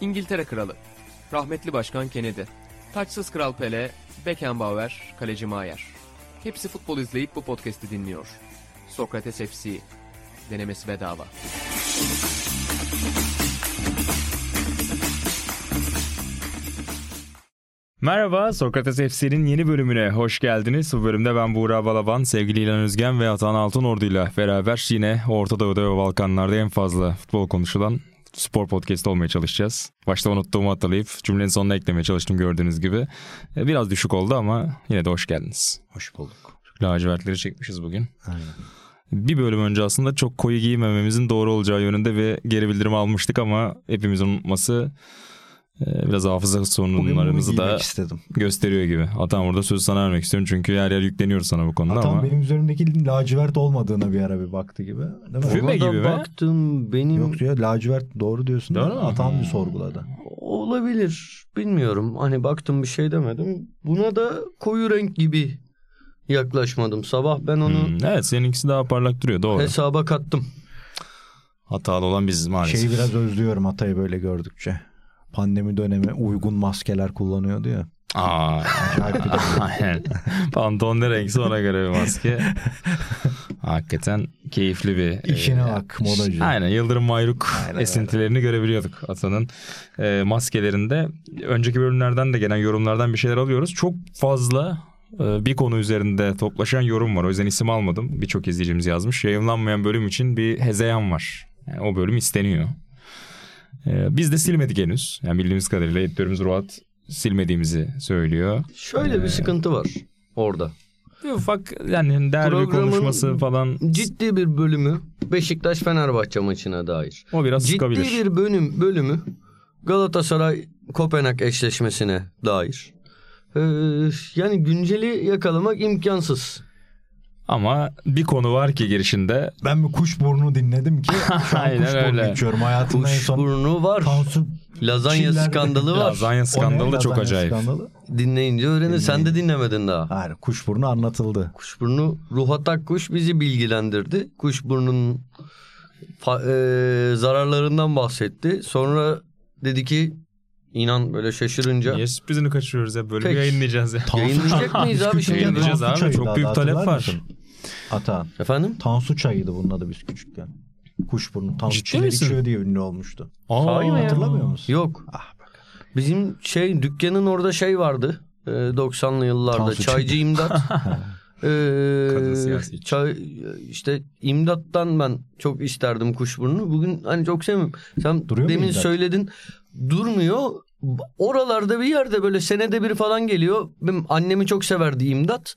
İngiltere Kralı, rahmetli Başkan Kennedy, taçsız Kral Pele, Beckenbauer, Kaleci Maier. Hepsi futbol izleyip bu podcast'i dinliyor. Sokrates FC, denemesi bedava. Merhaba, Sokrates FC'nin yeni bölümüne hoş geldiniz. Bu bölümde ben Buğra Balaban, sevgili İlhan Özgen ve Atan Altınordu ile beraber yine Orta Doğu'da ve Balkanlar'da en fazla futbol konuşulan spor podcast olmaya çalışacağız. Başta unuttuğumu hatırlayıp cümlenin sonuna eklemeye çalıştım gördüğünüz gibi. E, Biraz düşük oldu ama yine de hoş geldiniz. Hoş bulduk. Lacivertleri çekmişiz bugün. Aynen. Bir bölüm önce aslında çok koyu giymememizin doğru olacağı yönünde ve geri bildirim almıştık ama hepimizin unutması e, biraz hafıza Bugün bunu sorunlarımızı giymek da istedim. gösteriyor gibi. Atam orada söz sana vermek istiyorum çünkü yer yer yükleniyoruz sana bu konuda Tam ama. benim üzerimdeki lacivert olmadığına bir ara bir baktı gibi. Değil mi? Füme Ona da gibi mi? baktım benim Yok diyor lacivert doğru diyorsun. Doğru değil mi? mu? Atan bir sorguladı. olabilir. Bilmiyorum. Hani baktım bir şey demedim. Buna da koyu renk gibi yaklaşmadım. Sabah ben onu Hmm, evet seninkisi daha parlak duruyor doğru. hesaba kattım. Hatalı olan biziz maalesef. Şeyi Şey biraz özlüyorum Atay'ı böyle gördükçe. Pandemi dönemi uygun maskeler kullanıyordu ya. Aa, Acayip bir de- aynen. Pantolon ne renkse ona göre bir maske. Hakikaten keyifli bir... e, İşine bak, modacı. Aynen Yıldırım Mayruk esintilerini görebiliyorduk Atan'ın e, maskelerinde. Önceki bölümlerden de gelen yorumlardan bir şeyler alıyoruz. Çok fazla e, bir konu üzerinde toplaşan yorum var. O yüzden isim almadım. Birçok izleyicimiz yazmış. Yayınlanmayan bölüm için bir hezeyan var. Yani o bölüm isteniyor. E, biz de silmedik henüz. Yani bildiğimiz kadarıyla editörümüz Ruat silmediğimizi söylüyor. Şöyle Ee. bir sıkıntı var orada. Bir ufak yani derbi Programın konuşması falan Ciddi bir bölümü Beşiktaş Fenerbahçe maçına dair. o biraz Ciddi sıkabilir. bir bölüm bölümü Galatasaray Kopenhag eşleşmesine dair. Ee, yani günceli yakalamak imkansız. Ama bir konu var ki girişinde ben bir kuş burnu dinledim ki şu an Aynen kuş burnu öyle. içiyorum. Hayatımda en Kuş son burnu var. Tansu Lazanya Çiller- skandalı var. lazanya skandalı O ne? da çok Lazanya acayip. skandalı. Dinleyince öğrenir. Sen de dinlemedin daha. Hayır kuş burnu anlatıldı. Kuşburnu Ruhat Akkuş bizi bilgilendirdi. Kuşburnun fa- e, zararlarından bahsetti. Sonra dedi ki inan böyle şaşırınca Niye sürprizini kaçırıyoruz ya? Böyle bir Peki. yayınlayacağız ya. yayınlayacak mıyız abi şimdi? Yayınlayacağız. böyle? abi, çok büyük talep var. Atan. Efendim? Tansu çayıydı bunun adı biz küçükken. Kuşburnu Tansu Ciddi Çiller misin? içiyor diye ünlü olmuştu. Aa, Sahi mi ya? Hatırlamıyor musun? Yok. Bizim şey dükkanın orada şey vardı. E, 90'lı yıllarda Tansu çaycı Çiller. imdat. Kadın Ee, siyasetçi. çay, işte imdattan ben çok isterdim kuşburnunu. Bugün hani çok sevmem. Sen Duruyor mu demin imdat? söyledin. Durmuyor. Oralarda bir yerde böyle senede bir falan geliyor. Benim annemi çok severdi imdat.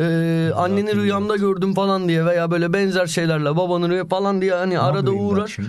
Ee, anneni İmdat. rüyamda gördüm falan diye veya böyle benzer şeylerle babanı rüya falan diye hani Ne arada yapıyor imdat uğrar. şimdi?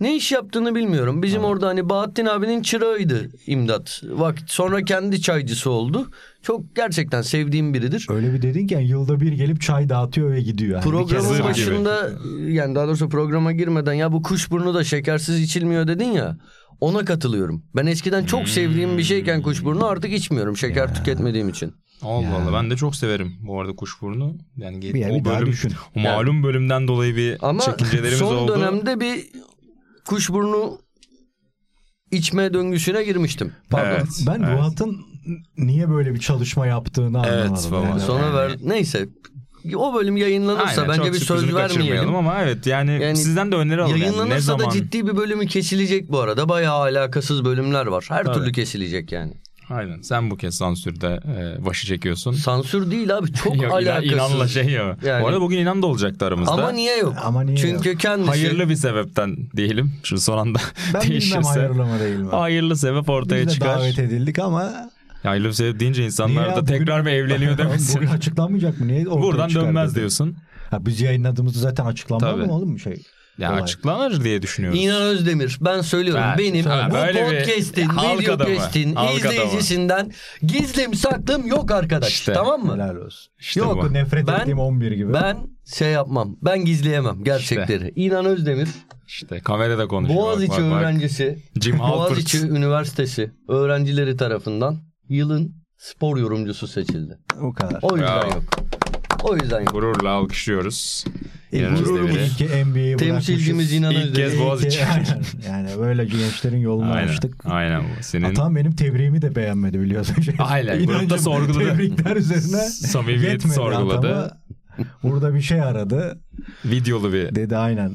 Ne iş yaptığını bilmiyorum. Bizim orada hani Bahattin abinin çırağıydı imdat. Vakit sonra kendi çaycısı oldu. Çok gerçekten sevdiğim biridir. Öyle bir dedin ki yani yılda bir gelip çay dağıtıyor ve gidiyor. Yani bir Programın kere- Hazır gibi. başında yani daha doğrusu programa girmeden ya bu kuşburnu da şekersiz içilmiyor dedin ya. Ona katılıyorum. Ben eskiden çok Hmm. sevdiğim bir şeyken kuşburnu artık içmiyorum şeker tüketmediğim için. Allah Allah ben de çok severim bu arada kuşburnu. Yani Bir yer o bir daha bölüm, düşün. o malum bölümden dolayı bir Ama çekincelerimiz son oldu. dönemde bir kuşburnu içme döngüsüne girmiştim. Pardon. Evet, Ben evet. Ruhat'ın niye böyle bir çalışma yaptığını Evet, anlamadım. baba. Yani. Sonra Yani- ver neyse. O bölüm yayınlanırsa Aynen, bence çok bir söz sürprizini kaçırmayalım vermeyelim. Ama evet yani, Yani sizden de öneri alalım. Yani ne Yayınlanırsa zaman... da ciddi bir bölümü kesilecek bu arada. Bayağı alakasız bölümler var. Her Tabii. türlü kesilecek yani. Aynen sen bu kez sansürde e, başı çekiyorsun. Sansür değil abi çok Yok, inan- alakasız. inanla şey yok. Yani- Bu arada bugün inan da olacaktı aramızda. Ama niye yok? Ama niye Çünkü kendisi Hayırlı bir sebepten diyelim. Şu son anda şey Ben değişirse. bilmem hayırlı mı değil mi? Hayırlı sebep ortaya Biz de çıkar. davet edildik ama Hayırlı sebep deyince insanlar Niye da ya? Bugün- tekrar mı evleniyor demesin. bugün açıklanmayacak mı? Niye ortaya Buradan çıkar dönmez dedi. diyorsun. Ha, biz yayınladığımızda zaten açıklanmadı Tabii. mı oğlum bu şey? Ya Olay. açıklanır diye düşünüyoruz. İnan Özdemir ben söylüyorum Ha, benim söyle. bu Böyle bir podcast'in halk videocast'in adamı, halk izleyicisinden gizlim saklım yok arkadaş İşte. tamam mı? Helal olsun. İşte Yok bu. nefret Ben- ettiğim 11 gibi. Ben şey yapmam ben gizleyemem gerçekleri. İnan Özdemir İşte kamerada konuşuyor. bak, Boğaziçi bak, bak. öğrencisi Jim Halpert. Boğaziçi Üniversitesi öğrencileri tarafından yılın spor yorumcusu seçildi. O kadar. O yüzden Bravo. yok. O yüzden yok. Gururla alkışlıyoruz. İlk Yanımızda gururumuz biri. E, ki NBA'yi Temsilcimiz bırakmışız. İnan İlk Özdemir. kez İyi ki- Boğaziçi. Aynen. yani böyle gençlerin yolunu Aynen. açtık. Aynen bu. Senin Atam benim tebriğimi de beğenmedi biliyorsun. Şey, Aynen, grupta İnancım, sorguladı. Tebrikler üzerine Samimiyeti yetmedi sorguladı. atama. Burada bir şey aradı. videolu bir Dedi aynen.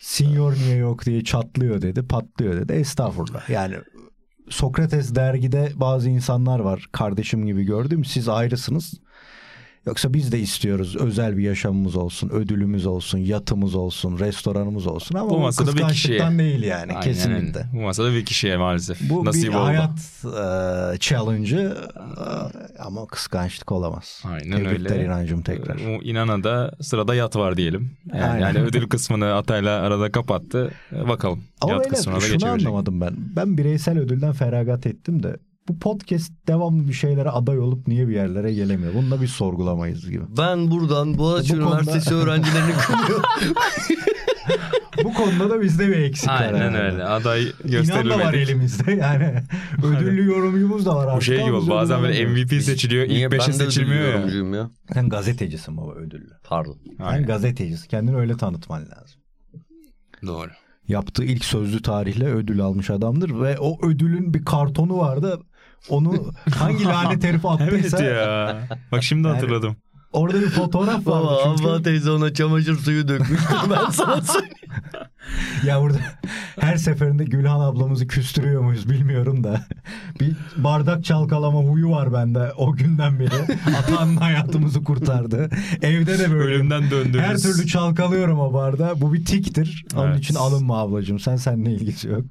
Senior niye yok diye çatlıyor dedi. Patlıyor dedi. Estağfurullah. Yani Sokrates dergide bazı insanlar var. Kardeşim gibi gördüm. Siz ayrısınız. Yoksa biz de istiyoruz özel bir yaşamımız olsun, ödülümüz olsun, yatımız olsun, restoranımız olsun ama Bu bu masada bir kişiye. kıskançlıktan değil yani Aynen kesinlikle. öyle. Bu masada bir kişiye maalesef. Bu Nasip bir oldu. hayat e, challenge'ı e, ama kıskançlık olamaz. Aynen Tebrikler öyle. Ee, inancım tekrar. Bu inana da sırada yat var diyelim. Aynen. Yani, yani ödül kısmını Atay'la arada kapattı. E, Bakalım. Ama yat beyler kısmına da şunu geçebilecek. anlamadım ben. Ben bireysel ödülden feragat ettim de bu podcast devamlı bir şeylere aday olup niye bir yerlere gelemiyor? Bunu da bir sorgulamayız gibi. Ben buradan Boğaziçi Bu konuda- Üniversitesi öğrencilerini kutluyorum. bu konuda da bizde bir eksik var. Aynen herhalde. öyle. Aday İnan da var gösterilmedi. elimizde yani. Ödüllü yorumcumuz da var artık. Bu şey gibi ama biz oldu. Bazen ödül böyle alamıyoruz. MVP seçiliyor. Niye? ilk 5'e Ben de ödül seçilmiyor ya. yorumcuyum ya. Sen gazetecisin baba ödüllü. Pardon. Sen Aynen. gazetecisin. Kendini öyle tanıtman lazım. Doğru. yaptığı ilk sözlü tarihle ödül almış adamdır ve o ödülün bir kartonu vardı. Onu hangi lanet herifi Evet attıysa ya. Bak şimdi Yani- hatırladım. orada bir fotoğraf Baba var. Havva Çünkü teyze ona çamaşır suyu dökmüştür ben sana söyleyeyim. ya burada her seferinde Gülhan ablamızı küstürüyor muyuz bilmiyorum da. Bir bardak çalkalama huyu var bende o günden beri. Atanın hayatımızı kurtardı. Evde de böyle. Ölümden döndüğümüz. Her türlü çalkalıyorum o barda. Bu bir tiktir. Onun Evet. için alınma ablacığım. Sen seninle ilgisi yok.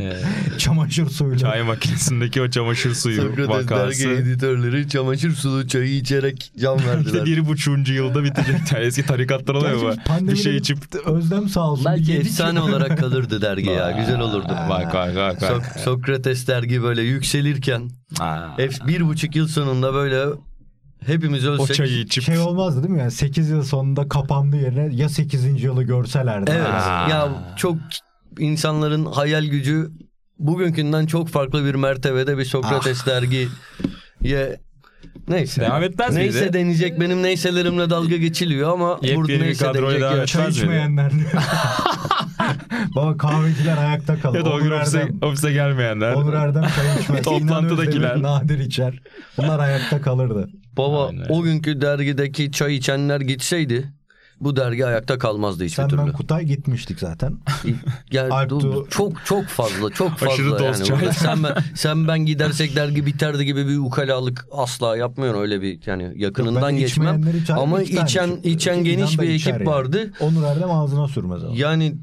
Ee, Çamaşır suyuyla. çay makinesindeki o çamaşır suyu Sokrates dergi vakası. editörleri çamaşır sulu çayı içerek can İşte verdiler. bir buçuğuncu yılda bitecek. Eski tarikatlar oluyor Gerçi biz bu. Bir pandemide şey içip Özlem sağ olsun. Belki yedik. efsane olarak kalırdı dergi ya. Güzel olurdu. Bak bak bak. bak. Sok- Sokrates dergi böyle yükselirken Aa. hep bir buçuk yıl sonunda böyle hepimiz o ölsek. çayı içip. şey olmazdı değil mi? Yani 8 yıl sonunda kapandı yerine ya 8. yılı görselerdi. Evet. Aa. Ya çok insanların hayal gücü bugünkünden çok farklı bir mertebede bir Sokrates Ah. dergi ye Neyse. Devam etmez miydi? Neyse denecek benim neyselerimle dalga geçiliyor ama Yepyeni burada bir neyse kadroya denecek devam yok. edeceğiz. Çay Etmez miydi? içmeyenler. Baba kahveciler ayakta kalır. Ya da o gün Onur ofise, Erdem, ofise gelmeyenler. Onur Erdem çay içmez. Toplantıdakiler. İnan Özdemir, Nadir içer. Bunlar ayakta kalırdı. Baba Aynen. o günkü dergideki çay içenler gitseydi bu dergi ayakta kalmazdı hiçbir Sen ben türlü. Kutay gitmiştik zaten. Yani Alp bu- Tuğ- çok çok fazla çok fazla Aşırı dost yani. çay. Burada sen ben sen ben gidersek dergi biterdi gibi bir ukalalık asla yapmıyorum öyle bir yani yakınından Ben geçmem. içmeyenleri çay- Ama iki tane içen içtim. içen İnan geniş da bir içer ekip yani. vardı. Onur Erdem ağzına sürmez ama. Yani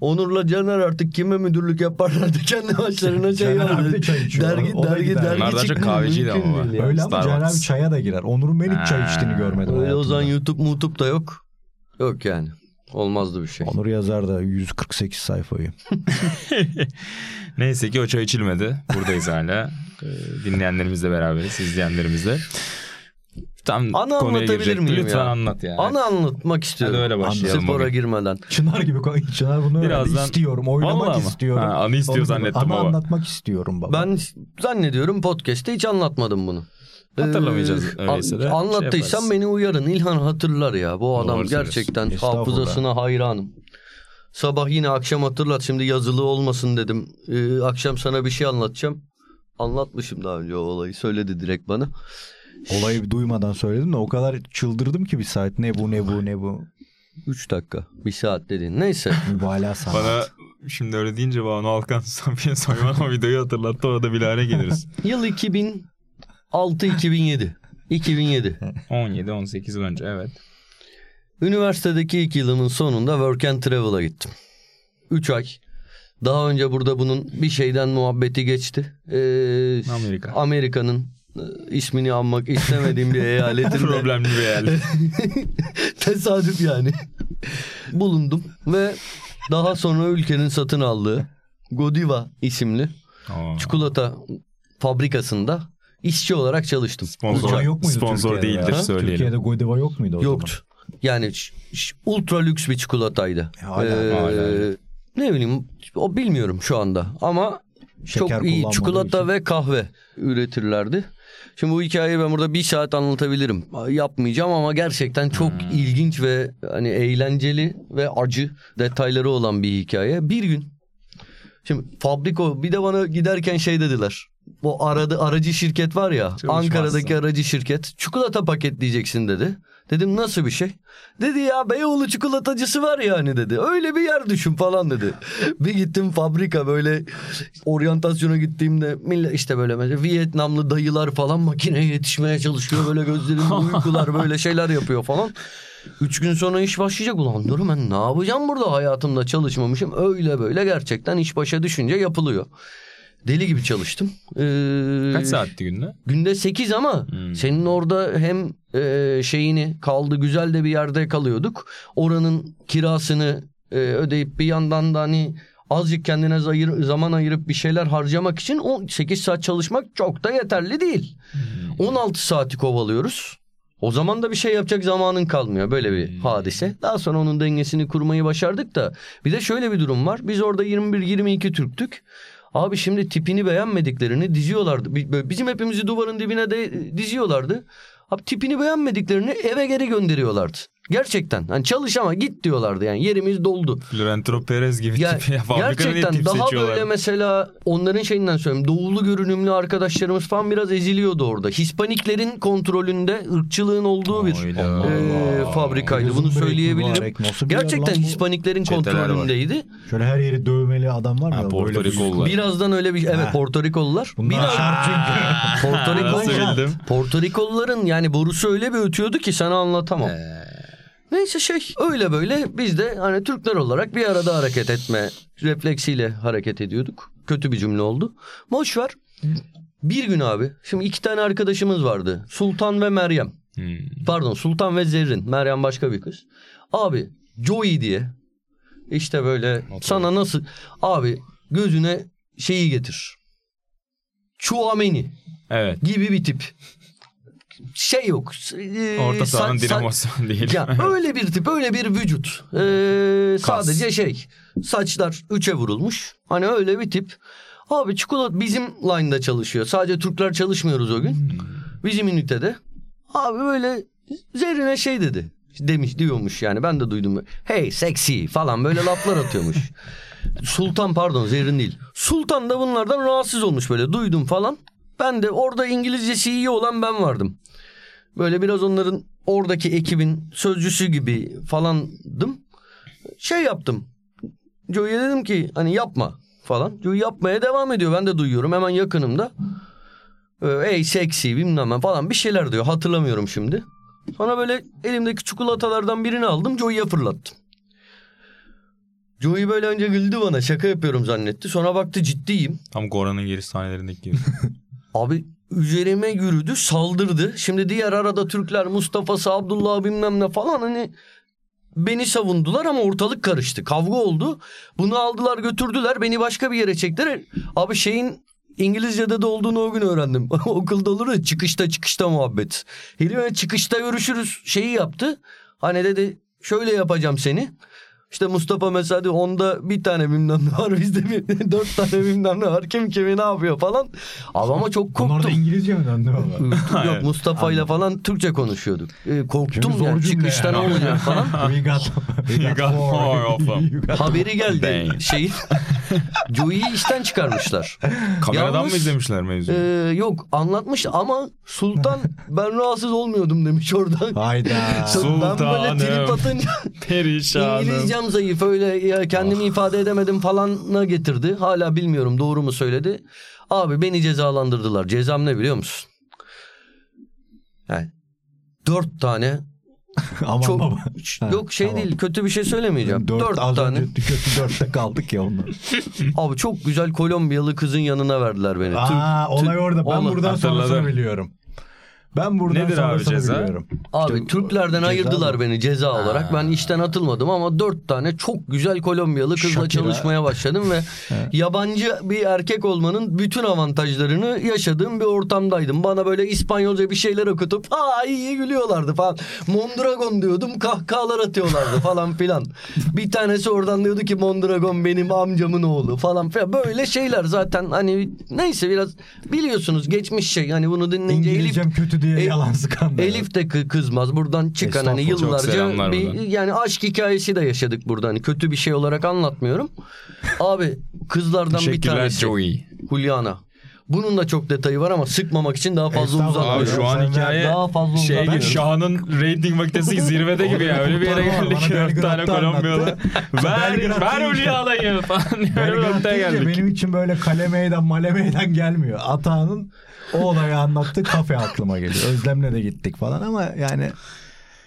Onur'la Caner artık kime müdürlük yaparlardı kendi başlarına şey Caner abi de yapmadı. çay içiyor. Dergi O da dergi gider. dergi Onlar da çıktı. çok kahveciydi Mümkün ama. değil ya. Öyle ama Starbucks. Caner abi çaya da girer. Onur'un ben hiç çay içtiğini Ha. görmedim. Öyle o hayatımda. zaman YouTube mutup da yok. Yok yani. Olmazdı bir şey. Onur yazar da 148 sayfayı. Neyse ki o çay içilmedi. Buradayız hala. Ee, Dinleyenlerimizle beraberiz, izleyenlerimizle. Tam konuya Ana anlatabilir girecektim. miyim Lütfen ya? anlat ya. Ana anlatmak Hadi istiyorum. öyle başlayalım. Spora bugün. girmeden. Çınar gibi koy. Çınar bunu Birazdan- Birazdan... istiyorum. Oynamak Vallahi ama. istiyorum. Ha, anı istiyor Onu- zannettim Ama baba. anlatmak istiyorum baba. Ben zannediyorum podcast'te hiç anlatmadım bunu. Hatırlamayacağız Ee, öyleyse de. an- Anlattıysan Şey yaparız. beni uyarın. İlhan hatırlar ya. Bu adam Doğru söylüyorsun. gerçekten Estağfurullah. hafızasına hayranım. Sabah yine akşam hatırlat. Şimdi yazılı olmasın dedim. Ee, akşam sana bir şey anlatacağım. Anlatmışım daha önce o olayı. Söyledi direkt bana. Olayı duymadan söyledim de o kadar çıldırdım ki bir saat. Ne bu ne bu ne bu. 3 dakika. Bir saat dedin. Neyse. Mübalağa sanat. Bana şimdi öyle deyince Banu Alkan Safiye Soyman o videoyu hatırlattı. Orada bilahare geliriz. Yıl 2006 2007. 2007. 17-18 yıl önce evet. Üniversitedeki ilk yılımın sonunda Work and Travel'a gittim. 3 ay. Daha önce burada bunun bir şeyden muhabbeti geçti. Ee, Amerika. Amerika'nın e, ismini anmak istemediğim bir eyaletin de- Problemli bir hayal. tesadüf yani. Bulundum ve daha sonra ülkenin satın aldığı Godiva isimli Aa. çikolata fabrikasında işçi olarak çalıştım. Sponsor. Godiva yok muydu Sponsor Türkiye'de değildir, ya? söyleyelim. Türkiye'de Godiva yok muydu o Yoktu. Yani ş- ş- ultra lüks bir çikolataydı. Ee, E, hala- hala. Ne bileyim o bilmiyorum şu anda ama Şeker çok iyi kullanmadığı çikolata için. ve kahve üretirlerdi. Şimdi bu hikayeyi ben burada bir saat anlatabilirim. Yapmayacağım ama gerçekten çok Hmm. ilginç ve hani eğlenceli ve acı detayları olan bir hikaye. Bir gün şimdi fabriko bir de bana giderken şey dediler. Bu aradı aracı şirket var ya Ankara'daki aracı şirket çikolata paketleyeceksin dedi. Dedim nasıl bir şey? Dedi ya Beyoğlu çikolatacısı var yani dedi. Öyle bir yer düşün falan dedi. bir gittim fabrika böyle oryantasyona gittiğimde millet işte böyle mesela Vietnamlı dayılar falan makineye yetişmeye çalışıyor. Böyle gözlerinde uykular böyle şeyler yapıyor falan. Üç gün sonra iş başlayacak. Ulan dur ben ne yapacağım burada hayatımda çalışmamışım. Öyle böyle gerçekten iş başa düşünce yapılıyor. Deli gibi çalıştım. Ee, Kaç saatti günde? Günde 8 ama Hmm. senin orada hem e, şeyini kaldı güzel de bir yerde kalıyorduk. Oranın kirasını e, ödeyip bir yandan da hani azıcık kendine zayır, zaman ayırıp bir şeyler harcamak için 18 saat çalışmak çok da yeterli değil. 16 saati kovalıyoruz. O zaman da bir şey yapacak zamanın kalmıyor böyle bir hadise. Daha sonra onun dengesini kurmayı başardık da bir de şöyle bir durum var. Biz orada 21-22 Türktük. Abi şimdi tipini beğenmediklerini diziyorlardı. Bi- böyle Bizim hepimizi duvarın dibine de e, diziyorlardı. Abi tipini beğenmediklerini eve geri gönderiyorlardı. Gerçekten. Hani çalış ama git diyorlardı yani yerimiz doldu. Florentino Perez gibi Ya- tip. Ya, fabrikada ne gerçekten tip daha seçiyorlar? böyle mesela onların şeyinden söyleyeyim. Doğulu görünümlü arkadaşlarımız falan biraz eziliyordu orada. Hispaniklerin kontrolünde ırkçılığın olduğu bir Oyla. e, fabrikaydı. Bunu söyleyebilirim. Mübarek, nasıl bir yer Gerçekten lan bu? Hispaniklerin Çeteler var. kontrolündeydi. Şöyle her yeri dövmeli adam var mı? Ha, Böyle Porto bir- Rikolular. Birazdan öyle bir evet Ha. Porto Rikolular. Bunlar Biraz- şart çünkü. Porto Nasıl Rikolular. bildim? Porto Rikoluların yani borusu öyle bir ötüyordu ki sana anlatamam. Neyse şey öyle böyle biz de hani Türkler olarak bir arada hareket etme refleksiyle hareket ediyorduk. Kötü bir cümle oldu. Boş ver. Bir gün abi şimdi iki tane arkadaşımız vardı. Sultan ve Meryem. Hmm. Pardon Sultan ve Zerrin. Meryem başka bir kız. Abi Joey diye işte böyle sana nasıl abi gözüne şeyi getir. Chouameni Evet. gibi bir tip. Şey yok. Ee, Orta sa- sahanın sa- dinamosu diyelim. ya öyle bir tip, öyle bir vücut. Ee, sadece şey, saçlar üçe vurulmuş. Hani öyle bir tip. Abi çikolata bizim line'da çalışıyor. Sadece Türkler çalışmıyoruz o gün. Bizim ünitede. Abi böyle Zerrin'e şey dedi. Demiş diyormuş yani ben de duydum. Hey sexy falan böyle laflar atıyormuş. Sultan pardon Zerrin değil. Sultan da bunlardan rahatsız olmuş böyle duydum falan. Ben de orada İngilizcesi iyi olan ben vardım. Böyle biraz onların oradaki ekibin sözcüsü gibi falandım. Şey yaptım. Joey'e dedim ki hani yapma falan. Joey yapmaya devam ediyor. Ben de duyuyorum hemen yakınımda. Ee, Ey seksi bilmem ne falan bir şeyler diyor. Hatırlamıyorum şimdi. Sonra böyle elimdeki çikolatalardan birini aldım. Joey'e fırlattım. Joey böyle önce güldü bana. Şaka yapıyorum zannetti. Sonra baktı ciddiyim. Tam Goran'ın geri sahnelerindeki gibi. Abi üzerime yürüdü saldırdı. Şimdi diğer arada Türkler Mustafa'sı Abdullah bilmem ne falan hani beni savundular ama ortalık karıştı. Kavga oldu. Bunu aldılar götürdüler beni başka bir yere çektiler. Abi şeyin İngilizce'de de olduğunu o gün öğrendim. Okulda olur ya çıkışta çıkışta muhabbet. Herif çıkışta görüşürüz şeyi yaptı. Hani dedi şöyle yapacağım seni. İşte Mustafa mesela diyor, onda bir tane bilmem ne var bizde bir, dört tane bilmem ne var kim kimi ne yapıyor falan. Abi ama çok Bunlar da korktum. İngilizce mi döndü baba? Yok Mustafa ile falan Türkçe konuşuyorduk. Ee, Çünkü korktum zor yani cümle çıkışta ne yani. olacak falan. We got, we got more of them. You got- Haberi geldi Dang. şeyi. Joey'i işten çıkarmışlar. Kameradan Yalnız- mı izlemişler mevzuyu? Ee, yok anlatmış ama Sultan ben rahatsız olmuyordum demiş orada. Hayda. Ben böyle Sultanım. trip atınca Perişanım. İngilizcem zayıf öyle ya Ah. kendimi ifade edemedim falanına getirdi. Hala bilmiyorum doğru mu söyledi. Abi beni cezalandırdılar. Cezam ne biliyor musun? Yani dört tane Aman çok baba. Ha, yok şey tamam. değil kötü bir şey söylemeyeceğim. Dört, Dört, az tane. önce kötü dörtte kaldık ya onlar. Abi çok güzel Kolombiyalı kızın yanına verdiler beni. Türk- Aa olay orada. Ben Oğlum, buradan hatırladım. sonrasını biliyorum. Ben buradan Nedir abi sonrasını ceza? biliyorum. Abi İşte Türklerden ceza ayırdılar mı? beni ceza olarak. Ben işten atılmadım ama dört tane çok güzel Kolombiyalı kızla Shakira. çalışmaya başladım ve yabancı bir erkek olmanın bütün avantajlarını yaşadığım bir ortamdaydım. Bana böyle İspanyolca bir şeyler okutup aa iyi iyi gülüyorlardı falan. Mondragon diyordum kahkahalar atıyorlardı falan filan. bir tanesi oradan diyordu ki Mondragon benim amcamın oğlu falan filan. Böyle şeyler zaten hani neyse biraz biliyorsunuz geçmiş şey. Hani bunu dinleyince Elif- İngilizcem kötü diye E- yalan sıkandı. Elif de kı- kızmaz. Buradan çıkan hani Estağfurullah. Çok yıllarca selamlar bir, buradan. yani aşk hikayesi de yaşadık burada. Hani kötü bir şey olarak anlatmıyorum. Abi kızlardan bir Teşekkürler tanesi Joey. Juliana. Bunun da çok detayı var ama sıkmamak için daha fazla Estağfurullah. Abi uzatmıyorum. şu an Sen hikaye daha fazla şey gibi uzatmıyorum. Şahan'ın rating vakitesi zirvede gibi ya. Öyle bir yere Bana geldik ki dört Belgrad'da tane Kolombiyalı. anlattı. Ver, Belgrad ver deyince- Hülya alayım falan. Öyle bir Belgrad noktaya deyince geldik. benim için böyle kale meydan male meydan gelmiyor. Atağının o olayı anlattı kafe aklıma geliyor. Özlem'le de gittik falan ama yani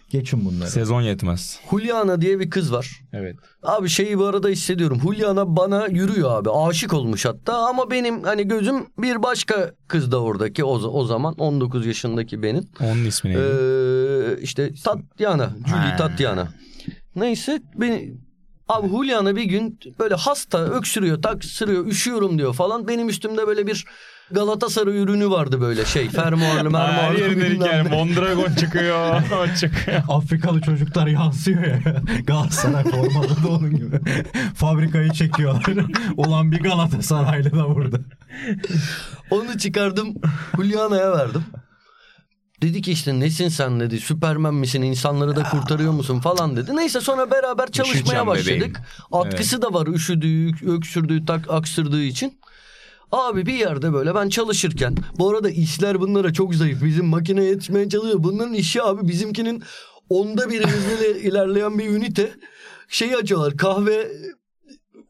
geçin bunları. Sezon yetmez. Juliana diye bir kız var. evet. Abi şeyi bu arada hissediyorum. Juliana bana yürüyor abi. Aşık olmuş hatta ama benim hani gözüm bir başka kız da oradaki o, o zaman 19 yaşındaki benim. Onun ismi neydi? Ee, işte Tatyana. Julie Ha. Tatyana. Neyse beni Abi Juliana bir gün böyle hasta öksürüyor, taksırıyor, üşüyorum diyor falan. Benim üstümde böyle bir Galatasaray ürünü vardı böyle şey. Fermuarlı, Her mermuarlı. yerinden bilmem ne. hikaye. Mondragon çıkıyor. o çıkıyor. Afrikalı çocuklar yansıyor ya. Galatasaray formalı da onun gibi. Fabrikayı çekiyorlar. Ulan bir Galatasaraylı da burada. Onu çıkardım Juliana'ya verdim. Dedi ki işte nesin sen dedi Süpermen misin insanları da kurtarıyor musun falan dedi. Neyse sonra beraber çalışmaya Üşüyeceğim başladık. bebeğim. Atkısı da var üşüdüğü, öksürdüğü, tak, aksırdığı için. Abi bir yerde böyle ben çalışırken bu arada işler bunlara çok zayıf. Bizim makine yetişmeye çalışıyor. Bunların işi abi bizimkinin onda bir hızlı ilerleyen bir ünite. Şeyi açıyorlar kahve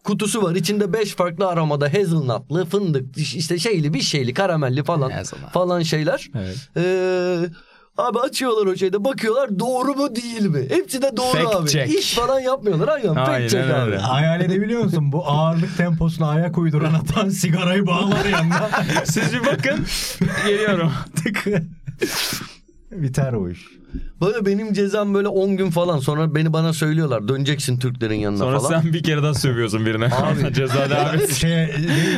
kutusu var. İçinde 5 farklı aramada hazelnutlı, fındık, işte şeyli, bir şeyli, karamelli falan falan şeyler. Evet. Ee, abi açıyorlar o şeyde bakıyorlar doğru mu değil mi? Hepsi de doğru Fact abi. check. İş falan yapmıyorlar. Aynen, Aynen fact check abi. öyle. Hayal edebiliyor musun? Bu ağırlık temposuna ayak uyduran atan sigarayı bağlar yanına. Siz bir bakın. Geliyorum. Tık. Biter o iş. Böyle benim cezam böyle 10 gün falan sonra beni bana söylüyorlar döneceksin Türklerin yanına Sonra falan. sen bir kere daha sövüyorsun birine. Abi. Ceza devam etsin. Şey,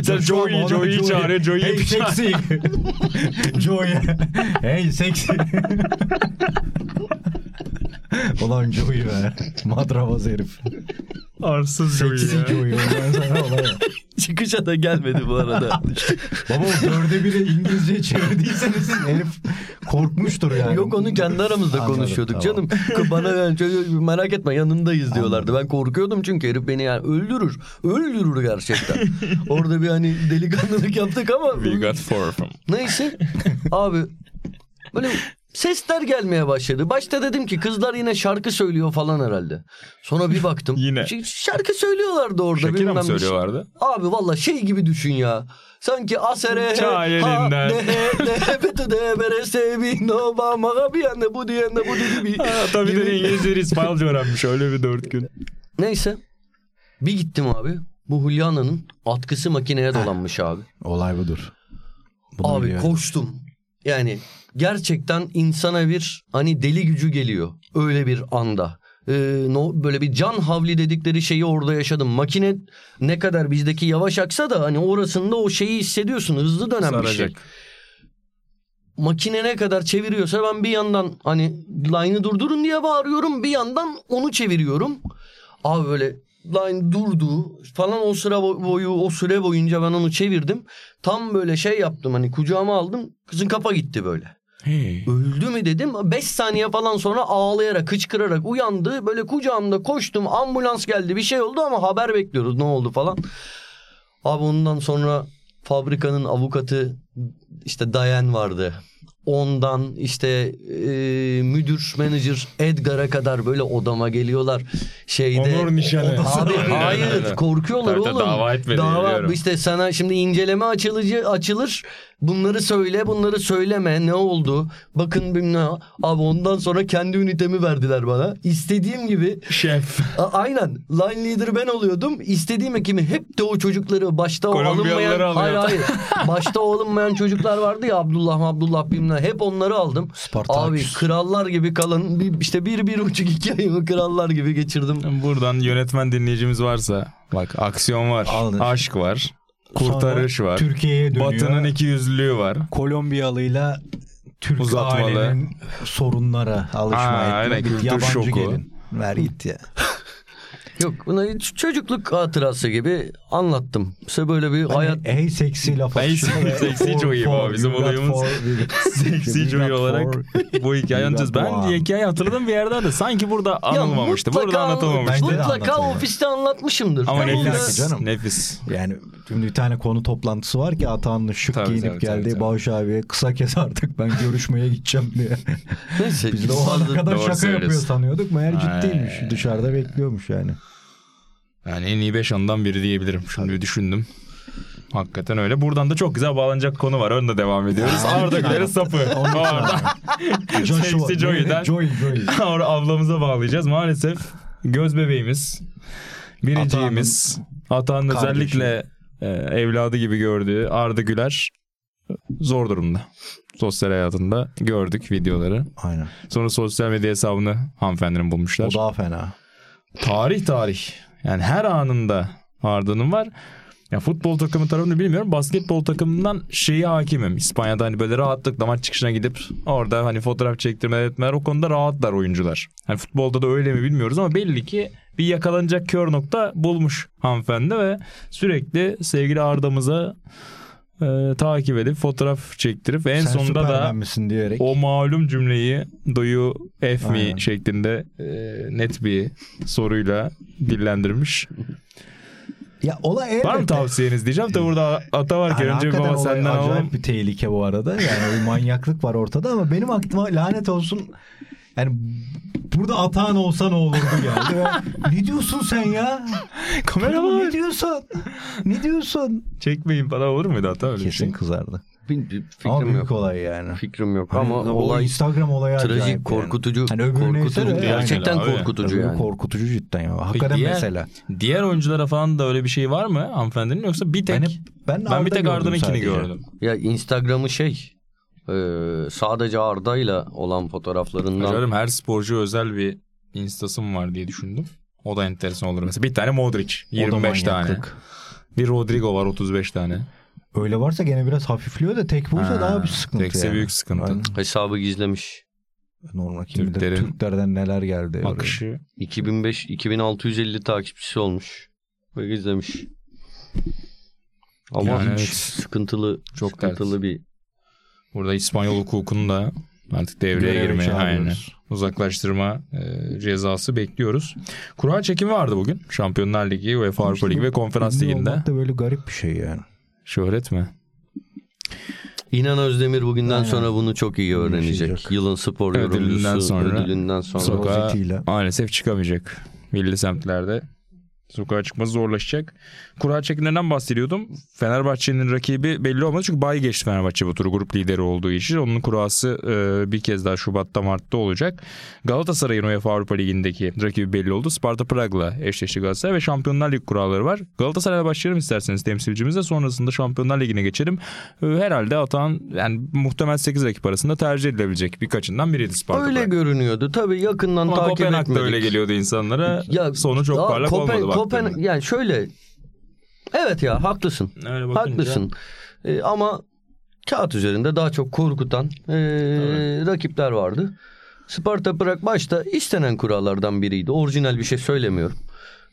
Sen Joey, Joshua Moran, Joey'i çağırıyor, Joey'i hey çağırıyor. sexy. Joey. Hey sexy. Ulan Joey be. Madrabaz herif. Arsız Joey Sexy Joey. Ondan sonra olay. Çıkışa da gelmedi bu arada. Baba o dörde biri İngilizce çevirdiyseniz herif korkmuştur yani. Yok onu kendi aramızda Anladım, konuşuyorduk tamam. canım. Bana yani çocuğu merak etme yanındayız diyorlardı. Ben korkuyordum çünkü herif beni yani öldürür. Öldürür gerçekten. Orada bir hani delikanlılık yaptık ama We got four from. Neyse abi böyle sesler gelmeye başladı. Başta dedim ki kızlar yine şarkı söylüyor falan herhalde. Sonra bir baktım. Yine. Ş- Şarkı söylüyorlardı orada. Shakira bilmem mı ne. söylüyorlardı? Abi valla şey gibi düşün ya. Sanki asere ha Çayelinden. de he de he betu de bere sevi no ba ma bi ande bu diyen de bu dedi bi. Tabii Gibi. de İngilizce İspanyolca öğrenmiş. Öyle bir dört gün. Neyse bir gittim abi. Bu Juliana'nın atkısı makineye dolanmış abi. Olay budur. Bunu Abi biliyorum. koştum. Yani gerçekten insana bir hani deli gücü geliyor öyle bir anda. Ee, no, böyle bir can havli dedikleri şeyi orada yaşadım. Makine ne kadar bizdeki yavaş aksa da hani orasında o şeyi hissediyorsun. Hızlı dönen bir şey. Saracak. Makine ne kadar çeviriyorsa ben bir yandan hani line'ı durdurun diye bağırıyorum. Bir yandan onu çeviriyorum. Abi böyle line durdu falan o sıra bo- boyu o süre boyunca ben onu çevirdim. Tam böyle şey yaptım hani kucağıma aldım. Kızın kapa gitti böyle. Hey. Öldü mü dedim. 5 saniye falan sonra ağlayarak, hıçkırarak uyandı. Böyle kucağımda koştum. Ambulans geldi. Bir şey oldu ama haber bekliyoruz. Ne oldu falan. Abi ondan sonra fabrikanın avukatı işte Dayan vardı. Ondan işte e, müdür, menajer Edgar'a kadar böyle odama geliyorlar. Şeyde Onur nişanı. Abi Aynen öyle. hayır korkuyorlar Tabii oğlum. tabii, dava etmedi, Dava biliyorum. işte sana şimdi inceleme açılıcı açılır. Bunları söyle, bunları söyleme. Ne oldu? Bakın bilmem ne. Abi ondan sonra kendi ünitemi verdiler bana. İstediğim gibi Şef. A- aynen. Line leader ben oluyordum. İstediğim ekimi hep de o çocukları başta o Kolombiyalıları alınmayan... Hayır alıyor. hayır. başta o alınmayan çocuklar vardı ya Abdullah Abdullah bilmem ne. Hep onları aldım. Abi Spartaküs. krallar gibi kalın. Bir, işte bir, bir buçuk iki ayımı krallar gibi geçirdim. Buradan yönetmen dinleyicimiz varsa bak aksiyon var, Aldın. aşk var, Sonra kurtarış var. Türkiye'ye dönüyor. Batı'nın iki yüzlülüğü var. Kolombiyalıyla Türk Uzatmalı. ailenin sorunlara alışma Aa, etme. aynen, Bir kültür yabancı şoku. gelin. Ver git ya. Yok buna hiç çocukluk hatırası gibi anlattım. İşte böyle bir Hani hayat hey seksi laf Hey atışını ve seksi for- çok iyi bu for- abi, bizim you got olayımız. for- you got- Seksi you got Joey olarak for- bu hikaye You got anlatacağız. Ben one. hikaye hatırladım bir yerden de sanki burada anılmamıştı. Burada anlatılmamıştı. Bence de Mutlaka anlatılıyor. ofiste anlatmışımdır. Ama Tam illa olarak- ki nefis. canım. Nefis. Yani şimdi bir tane konu toplantısı var ki Atahan'ın şık Tabii, giyinip tabii, tabii, geldiği tabii. Bağış abiye kısa kes artık ben görüşmeye gideceğim diye. Neyse, Biz de o ana Doğru kadar şaka yapıyor söylüyorsun. sanıyorduk. Meğer Ay. ciddiymiş. Dışarıda bekliyormuş yani. Yani en iyi 5 andan biri diyebilirim. Şimdi bir düşündüm. Hakikaten öyle. Buradan da çok güzel bağlanacak konu var. Onunla devam ediyoruz. Arda Güler'in sapı. Orada. Joshua- Seksi Joey'den. Joey, Joey. Or- ablamıza bağlayacağız. Maalesef göz bebeğimiz, biriciğimiz, Atan'ın kardeşi. özellikle e, evladı gibi gördüğü Arda Güler zor durumda. Sosyal hayatında gördük videoları. Aynen. Sonra sosyal medya hesabını hanımefendinin bulmuşlar. O daha fena. Tarih tarih. Yani her anında Arda'nın var. Ya futbol takımı tarafını bilmiyorum. Basketbol takımından şeyi hakimim. İspanya'da hani böyle rahatlıkla maç çıkışına gidip orada hani fotoğraf çektirmeler etmeler o konuda rahatlar oyuncular. Hani futbolda da öyle mi bilmiyoruz ama belli ki bir yakalanacak kör nokta bulmuş hanımefendi ve sürekli sevgili Arda'mıza e, takip edip fotoğraf çektirip en Sen sonunda Superman da misin diyerek. o malum cümleyi do you F me Aynen. şeklinde e, net bir soruyla dillendirmiş. Ya olay elbette. Var mı tavsiyeniz diyeceğim de burada ata varken Yani önce hakikaten baba olay senden acayip alalım. bir tehlike bu arada. Yani bir manyaklık var ortada ama benim aklıma lanet olsun yani burada atağın olsa ne olurdu geldi. Ve ne diyorsun sen ya? Kamera Ne diyorsun? Ne diyorsun? Çekmeyin falan olur muydu ata öyle bir Kesin şey? kızardı. Bin- bir ama fikrim büyük yok. olay yani. Fikrim yok Hani ama o olay Instagram olayı trajik, acayip yani. korkutucu, Hani öbürü neyse de korkutucu, yani. gerçekten Abi. Öbürü korkutucu yani. korkutucu cidden ya. Hakikaten diğer- mesela. Diğer oyunculara falan da öyle bir şey var mı hanımefendinin yoksa bir tek Ben ben, hep ben, bir tek gördüm Arda'nınkini sadece. gördüm. Ya Instagram'ı şey e, sadece Arda'yla olan fotoğraflarından Acaba her sporcu özel bir instası mı var diye düşündüm. O da enteresan olur mesela. Bir tane Modric O da 25 tane. manyaklık. Bir Rodrigo var 35 tane. Öyle varsa gene biraz hafifliyor da tek buysa Ha, daha bir sıkıntı tekse yani. büyük sıkıntı. Aynen. hesabı gizlemiş. Normal kim bilir Türklerin Türklerden neler geldi. oraya. Akışı 2005 2650 takipçisi olmuş ve gizlemiş. Ama Yani hiç evet. sıkıntılı Çok çok sıkıntılı ters. bir Burada İspanyol hukukunun da artık devreye Göreve girmeye çağırıyoruz. aynı uzaklaştırma e, cezası bekliyoruz. Kura çekimi vardı bugün. Şampiyonlar Ligi, UEFA Avrupa şey Ligi ve Konferans Ünlü Ligi'nde. olmak da böyle garip bir şey yani. Şöhret mi? İnan Özdemir bugünden Aynen. sonra bunu çok iyi öğrenecek. Yaşayacak. Yılın spor Ödülünden yorumcusu sonra- ödülünden sonra. Sokağa Rozeti'yle. maalesef çıkamayacak. Milli semtlerde sokağa çıkması zorlaşacak. Kura çekimlerinden bahsediyordum. Fenerbahçe'nin rakibi belli olmadı çünkü bay geçti Fenerbahçe bu turu grup lideri olduğu için. Onun kurası e, bir kez daha Şubat'ta Mart'ta olacak. Galatasaray'ın UEFA Avrupa Ligi'ndeki rakibi belli oldu. Sparta Prag'la eşleşti Galatasaray ve Şampiyonlar Ligi kuralları var. Galatasaray'la başlayalım isterseniz temsilcimize. Sonrasında Şampiyonlar Ligi'ne geçelim. E, herhalde Atan yani muhtemel 8 rakip arasında tercih edilebilecek birkaçından biriydi Sparta Öyle Prag. görünüyordu. Tabii yakından Ama takip Kopenhag da etmedik. öyle geliyordu insanlara. Ya, Sonu çok Aa, parlak Kopen- olmadı Kopen- baktığında. yani şöyle Evet ya haklısın. Öyle bakınca- Haklısın. Ee, ama kağıt üzerinde daha çok korkutan ee, rakipler vardı. Sparta Prag başta istenen kurallardan biriydi. Orijinal bir şey söylemiyorum.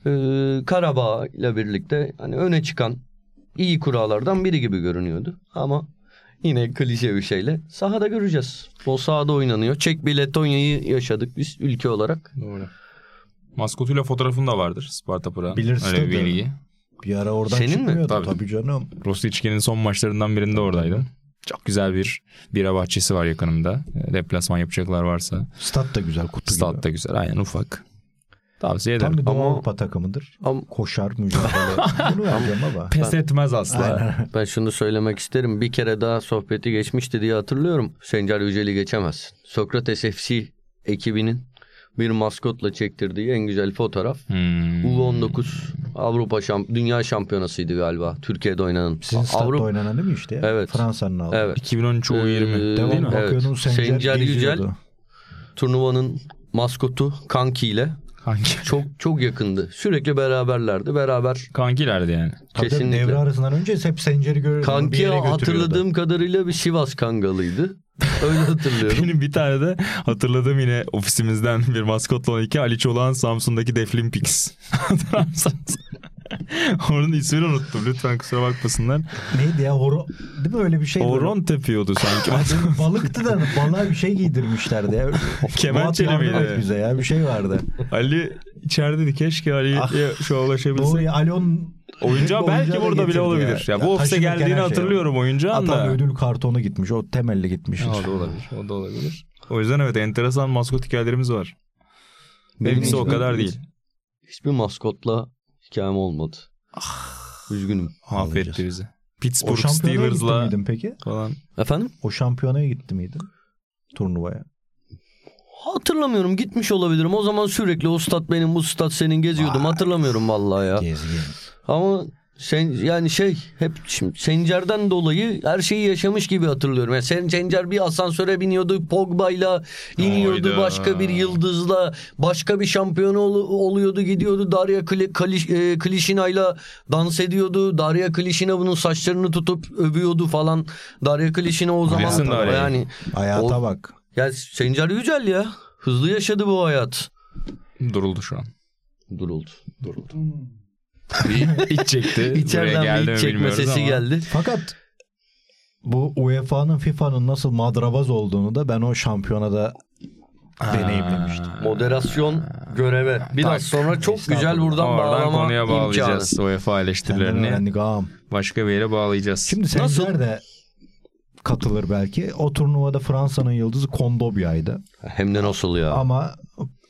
Ee, Karabağ ile birlikte hani öne çıkan iyi kurallardan biri gibi görünüyordu. Ama yine klişe bir şeyle sahada göreceğiz. O sahada oynanıyor. Çek bir Letonya'yı yaşadık biz ülke olarak. Doğru. Maskotuyla fotoğrafın da vardır Sparta Pıra. Bilirsin Öyle bir tabii. bilgi. Bir ara oradan Senin mi? çıkmıyordu. Tabii. Tabii. canım. Rosicki'nin son maçlarından birinde oradaydım. Çok güzel bir bira bahçesi var yakınımda. E, Deplasman yapacaklar varsa. Stat da güzel kutu Stat gibi. da güzel. Aynen ufak. Tavsiye ederim. Tam bir Doğu Ama- Avrupa takımıdır. Ama Koşar mücadele. Bunu vereceğim baba. Pes etmez asla. ben şunu söylemek isterim. Bir kere daha sohbeti geçmişti diye hatırlıyorum. Sencer Yücel'i geçemez. Sokrates FC ekibinin bir maskotla çektirdiği en güzel fotoğraf. Hmm. U19 Avrupa şamp Dünya Şampiyonası'ydı galiba. Türkiye'de oynanan. Sizin statta Avrupa oynanan değil mi işte? ya? Evet. Fransa'nın aldı. Evet. 2013 Ee, U20. Devam değil mi? Evet. bakıyordun Sencer, Sencer Yücel. geziyordu. turnuvanın maskotu Kanki ile Kanki. çok çok yakındı. Sürekli beraberlerdi. Beraber Kankilerdi yani. Tabii tabii, Kesinlikle. devre arasından önce hep Sencer'i görüyordum. bir Kanki yere götürüyordu. hatırladığım kadarıyla bir Sivas Kangalıydı. Öyle hatırlıyorum. Benim bir tane de hatırladığım yine ofisimizden bir maskotla olan iki Ali Çolak'ın Samsun'daki Deflimpix. Hatırlar mısınız? Onun ismini unuttum. Lütfen kusura bakmasınlar. Neydi ya? Horo... Değil mi öyle bir şey? Oron tepiyordu sanki. Balıktı da balığa bir şey giydirmişlerdi ya. Fuat Kemençeli yardım miydi? et bize ya bir şey vardı. Ali içerideydi. Keşke Ali'ye şu an Ah. Doğru ulaşabilsek. ya Alon Oyuncağı Oyuncağı belki da burada bile getirdi olabilir. Ya, ya. bu ofise Taşınırken geldiğini her şey hatırlıyorum oyuncağın da. atan ödül kartonu gitmiş. O temelli gitmiş. Ha, O da olabilir. O da olabilir. O yüzden evet enteresan maskot hikayelerimiz var. Benimkisi o hiçbir- kadar değil. Hiçbir maskotla hikayem olmadı. Üzgünüm. Affetti bizi. O Pittsburgh şampiyonaya gitti Steelers'la miydin peki? falan. Efendim? O şampiyonaya gitti miydin? Turnuvaya. Hatırlamıyorum. Gitmiş olabilirim. O zaman sürekli o stat benim bu stat senin geziyordum. Hatırlamıyorum vallahi ya. Gezgin. Ama sen yani şey hep şimdi Sencer'den dolayı her şeyi yaşamış gibi hatırlıyorum. Yani sen Sencer bir asansöre biniyordu, Pogba'yla iniyordu, Hayda. başka bir yıldızla, başka bir şampiyonu ol- oluyordu, gidiyordu. Darya Kli, Kaliş, e, Klişina'yla dans ediyordu. Darya Klişina bunun saçlarını tutup övüyordu falan. Darya Klişina o zaman Bilirsin Darya'yı. yani Hayata O- bak. ya Sencer Yücel ya hızlı yaşadı bu hayat. Duruldu şu an. Duruldu. Duruldu. Bir iç çekti. Buraya İçeriden geldi bir mi iç çekme bilmiyoruz sesi ama. geldi. Fakat bu UEFA'nın FIFA'nın nasıl madrabaz olduğunu da ben o şampiyonada deneyimlemiştim. Moderasyon göreve. Biraz tak. sonra çok güzel buradan Oradan bağlama konuya imkanı. bağlayacağız UEFA Senden eleştirilerini. öğrendik ağam. Başka bir yere bağlayacağız. Şimdi Sencer Nasıl? de katılır belki. O turnuvada Fransa'nın yıldızı Kondobia'ydı. Hem de nasıl ya. Ama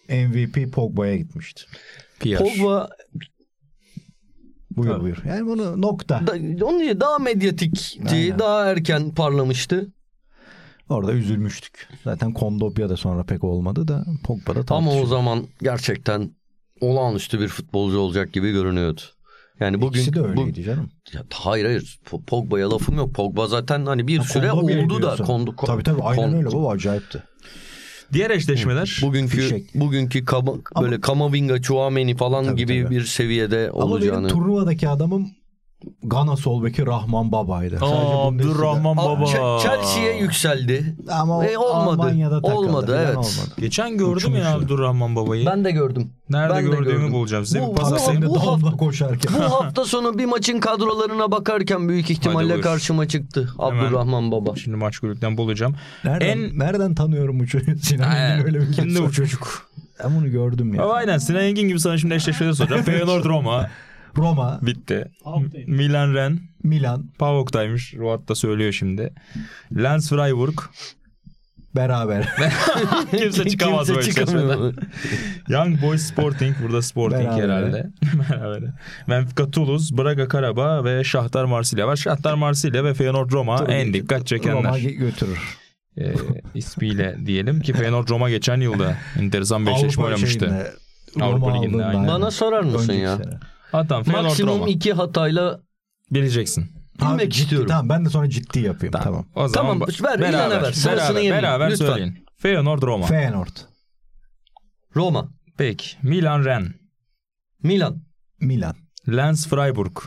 MVP Pogba'ya gitmişti. PR. Pogba Buyur buyur. Yani bunu nokta. da, onun için daha medyatikti, Aynen. daha erken parlamıştı. Orada üzülmüştük. Zaten Kondobya da sonra pek olmadı da Pogba da Ama o tartışıldı. zaman gerçekten olağanüstü bir futbolcu olacak gibi görünüyordu. Yani bugün İkisi de bu, öyleydi canım. Ya hayır hayır Po- Pogba'ya lafım yok. Pogba zaten hani bir Ha, süre Kondogbia oldu da diyorsun. kondu kon- tabii tabii aynen kon- öyle baba acayipti. Diğer eşleşmeler. Bugünkü Fişek. bugünkü kama- Ama- böyle Kamavinga, Chouameni falan Tabii, gibi tabii. bir seviyede Ama olacağını. benim turnuvadaki adamım Gana Solbeki Rahman Baba'ydı. Sadece Aa, Bundesliga- Abdurrahman Aa, Baba. Ç- Chelsea'ye yükseldi. Ama o E, olmadı. Almanya'da takıldı. Olmadı, falan evet. Olmadı. Geçen gördüm Uçmuş ya ya. Abdurrahman babayı. Ben de gördüm. Nerede ben de gördüğümü gördüm. bulacağım size. Bu- bir pas bu- atayım. Taksim'de bu hafta- dalga koşarken. Bu hafta sonu bir maçın kadrolarına bakarken büyük ihtimalle buyur. karşıma çıktı Hemen. Abdurrahman Baba. Şimdi maç kulüpten bulacağım. Nereden, En- nereden tanıyorum bu çocuğu? Sinan Engin öyle bir Kimdi soru. bu çocuk? Ben bunu gördüm ya. Ama aynen Sinan Engin gibi sana şimdi eşleşmeleri soracağım. Feyenoord Roma. Roma, Bitti. Milan Ren. Milan Pavok'taymış. Ruat da söylüyor şimdi. Lens Freiburg. beraber. Kimse çıkamaz Kimse böyle çıkamıyor. eşleşmeden. Young Boys Sporting. Burada Sporting Berabere. herhalde. Berabere. Benfica Toulouse, Braga Karabağ ve Şahtar Marsilya var. Şahtar Marsilya ve Feyenoord Roma en dikkat Roma çekenler. götürür. e, ismiyle diyelim ki Feyenoord Roma geçen yılda enteresan bir eşleşme Avrupa oynamıştı. şeyinde, Avrupa Roma Ligi'nde, aldığında aynen. aynen. Bana sorar mısın Önceki ya? sene. Hatta Feyenoord Roma. Maksimum iki hatayla Bileceksin. Abi bilmek ciddi, istiyorum. Tamam ben de sonra ciddi yapayım. Tamam. O zaman Tamam, ba- ver, İlhan'a ver. Sonrasını Beraber, yemeyin. beraber Lütfen. söyleyin. Feyenoord Roma. Feyenoord, Roma, Peki. Milan Ren. Milan, Milan. Lens Freiburg.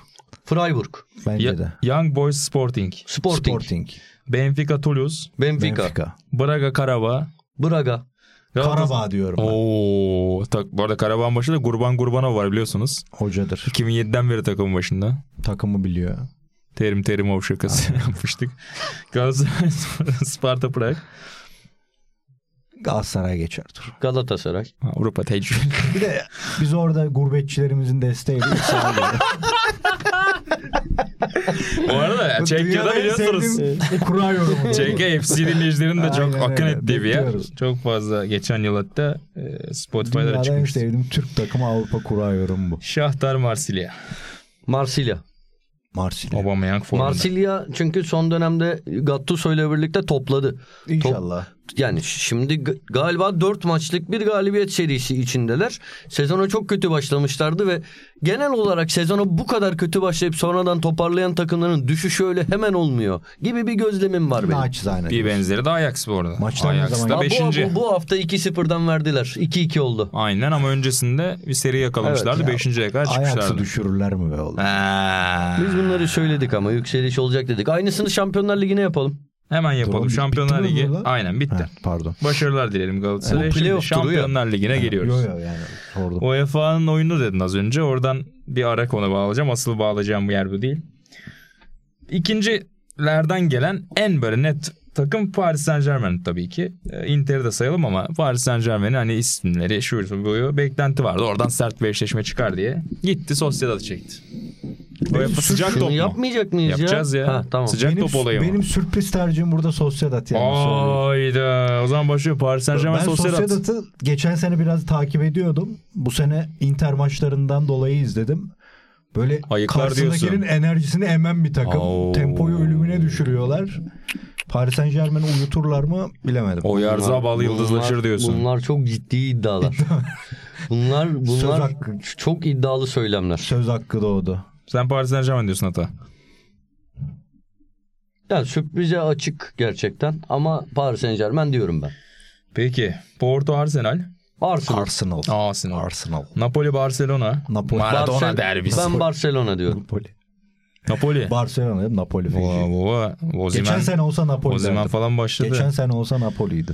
Freiburg, Bence Ya- de. Young Boys Sporting. Sporting, Sporting. Benfica Toulouse. Benfica, Benfica. Braga Karabağ. Braga, Karabağ diyorum. ben. Oo, tak, bu arada Karabağ'ın başında Gurban Gurbanov var biliyorsunuz. Hocadır. 2007'den beri takımın başında. Takımı biliyor. Terim Terimov şakası yapmıştık. Galatasaray Sparta Prag. Galatasaray'a geçer dur. Galatasaray. Avrupa tecrübeli. Bir de biz orada gurbetçilerimizin desteğiyle Bu arada Çekya'da biliyorsunuz. Kura yorumu. CK FC dinleyicilerin de çok Aynen akın öyle. ettiği bir yer. Bekliyoruz. Çok fazla geçen yıl hatta e, Spotify'da Dünyada en çıkmış. sevdiğim Türk takımı Avrupa kura yorumu bu. Şahtar Marsilya. Marsilya. Marsilya. Aubameyang formunda. Marsilya çünkü son dönemde Gattuso ile birlikte topladı. İnşallah. Yani şimdi g- galiba 4 maçlık bir galibiyet serisi içindeler. Sezona çok kötü başlamışlardı ve genel olarak sezona bu kadar kötü başlayıp sonradan toparlayan takımların düşüşü öyle hemen olmuyor gibi bir gözlemim var benim. Naçizane. Bir benzeri de Ajax bu arada. Maçtan ne Ajax zaman- da Ha, bu- 5. Bu, bu hafta 2-0'dan verdiler. 2-2 oldu. Aynen ama öncesinde bir seri yakalamışlardı. Evet ya. Beşinciye kadar Ayaksı çıkmışlardı. düşürürler mi be oğlum? Ha. Biz bunları söyledik ama yükseliş olacak dedik. Aynısını Şampiyonlar Ligi'ne yapalım. Hemen yapalım. Durum bitti Şampiyonlar mi Ligi. burada? Aynen bitti. Ha, pardon. Başarılar dilerim Galatasaray'a. Bu Şimdi playoff turu ya. Şampiyonlar Ligi'ne geliyoruz. Yo yo yani sordum. UEFA'nın oyunu dedin az önce. Oradan bir ara konu bağlayacağım. Asıl bağlayacağım bu yer bu değil. İkincilerden gelen en böyle net takım Paris Saint Germain tabii ki. Ee, Inter'i de sayalım ama Paris Saint Germain'in hani isimleri şu boyu beklenti vardı. Oradan sert bir eşleşme çıkar diye. Gitti Sociedad'ı çekti. UEFA sıcak Şunu top mu? yapmayacak mıyız ya? Yapacağız ya. Ha, tamam. Sıcak benim, top olayı benim mı? sürpriz tercihim burada Sociedad yani. söyleyeyim. Ayda. O zaman başlıyor Paris Saint Germain Ben Sociedad. Sociedad'ı geçen sene biraz takip ediyordum. Bu sene Inter maçlarından dolayı izledim. Böyle Ayıklar karşısındakinin diyorsun. enerjisini emen bir takım. Oo. Tempoyu ölümüne düşürüyorlar. Paris Saint Germain'i uyuturlar mı bilemedim. O yarza bağlı yıldızlaşır diyorsun. Bunlar çok ciddi iddialar. bunlar Söz bunlar hakkı. çok iddialı söylemler. Söz hakkı doğdu. Sen Paris Saint Germain diyorsun hata. Yani sürprize açık gerçekten ama Paris Saint Germain diyorum ben. Peki. Porto Arsenal. Arsenal. Arsenal. Arsenal. Arsenal. Napoli Barcelona. Napoli. Maradona Barcel- derbisi. Ben Barcelona diyorum. Napoli. Napoli. Barcelona değil mi? Napoli. feci. Baba baba. Geçen Ozyman, sene olsa Napoli. Ozyman derdim. falan başladı. Ee, Geçen sene olsa Napoli'ydi.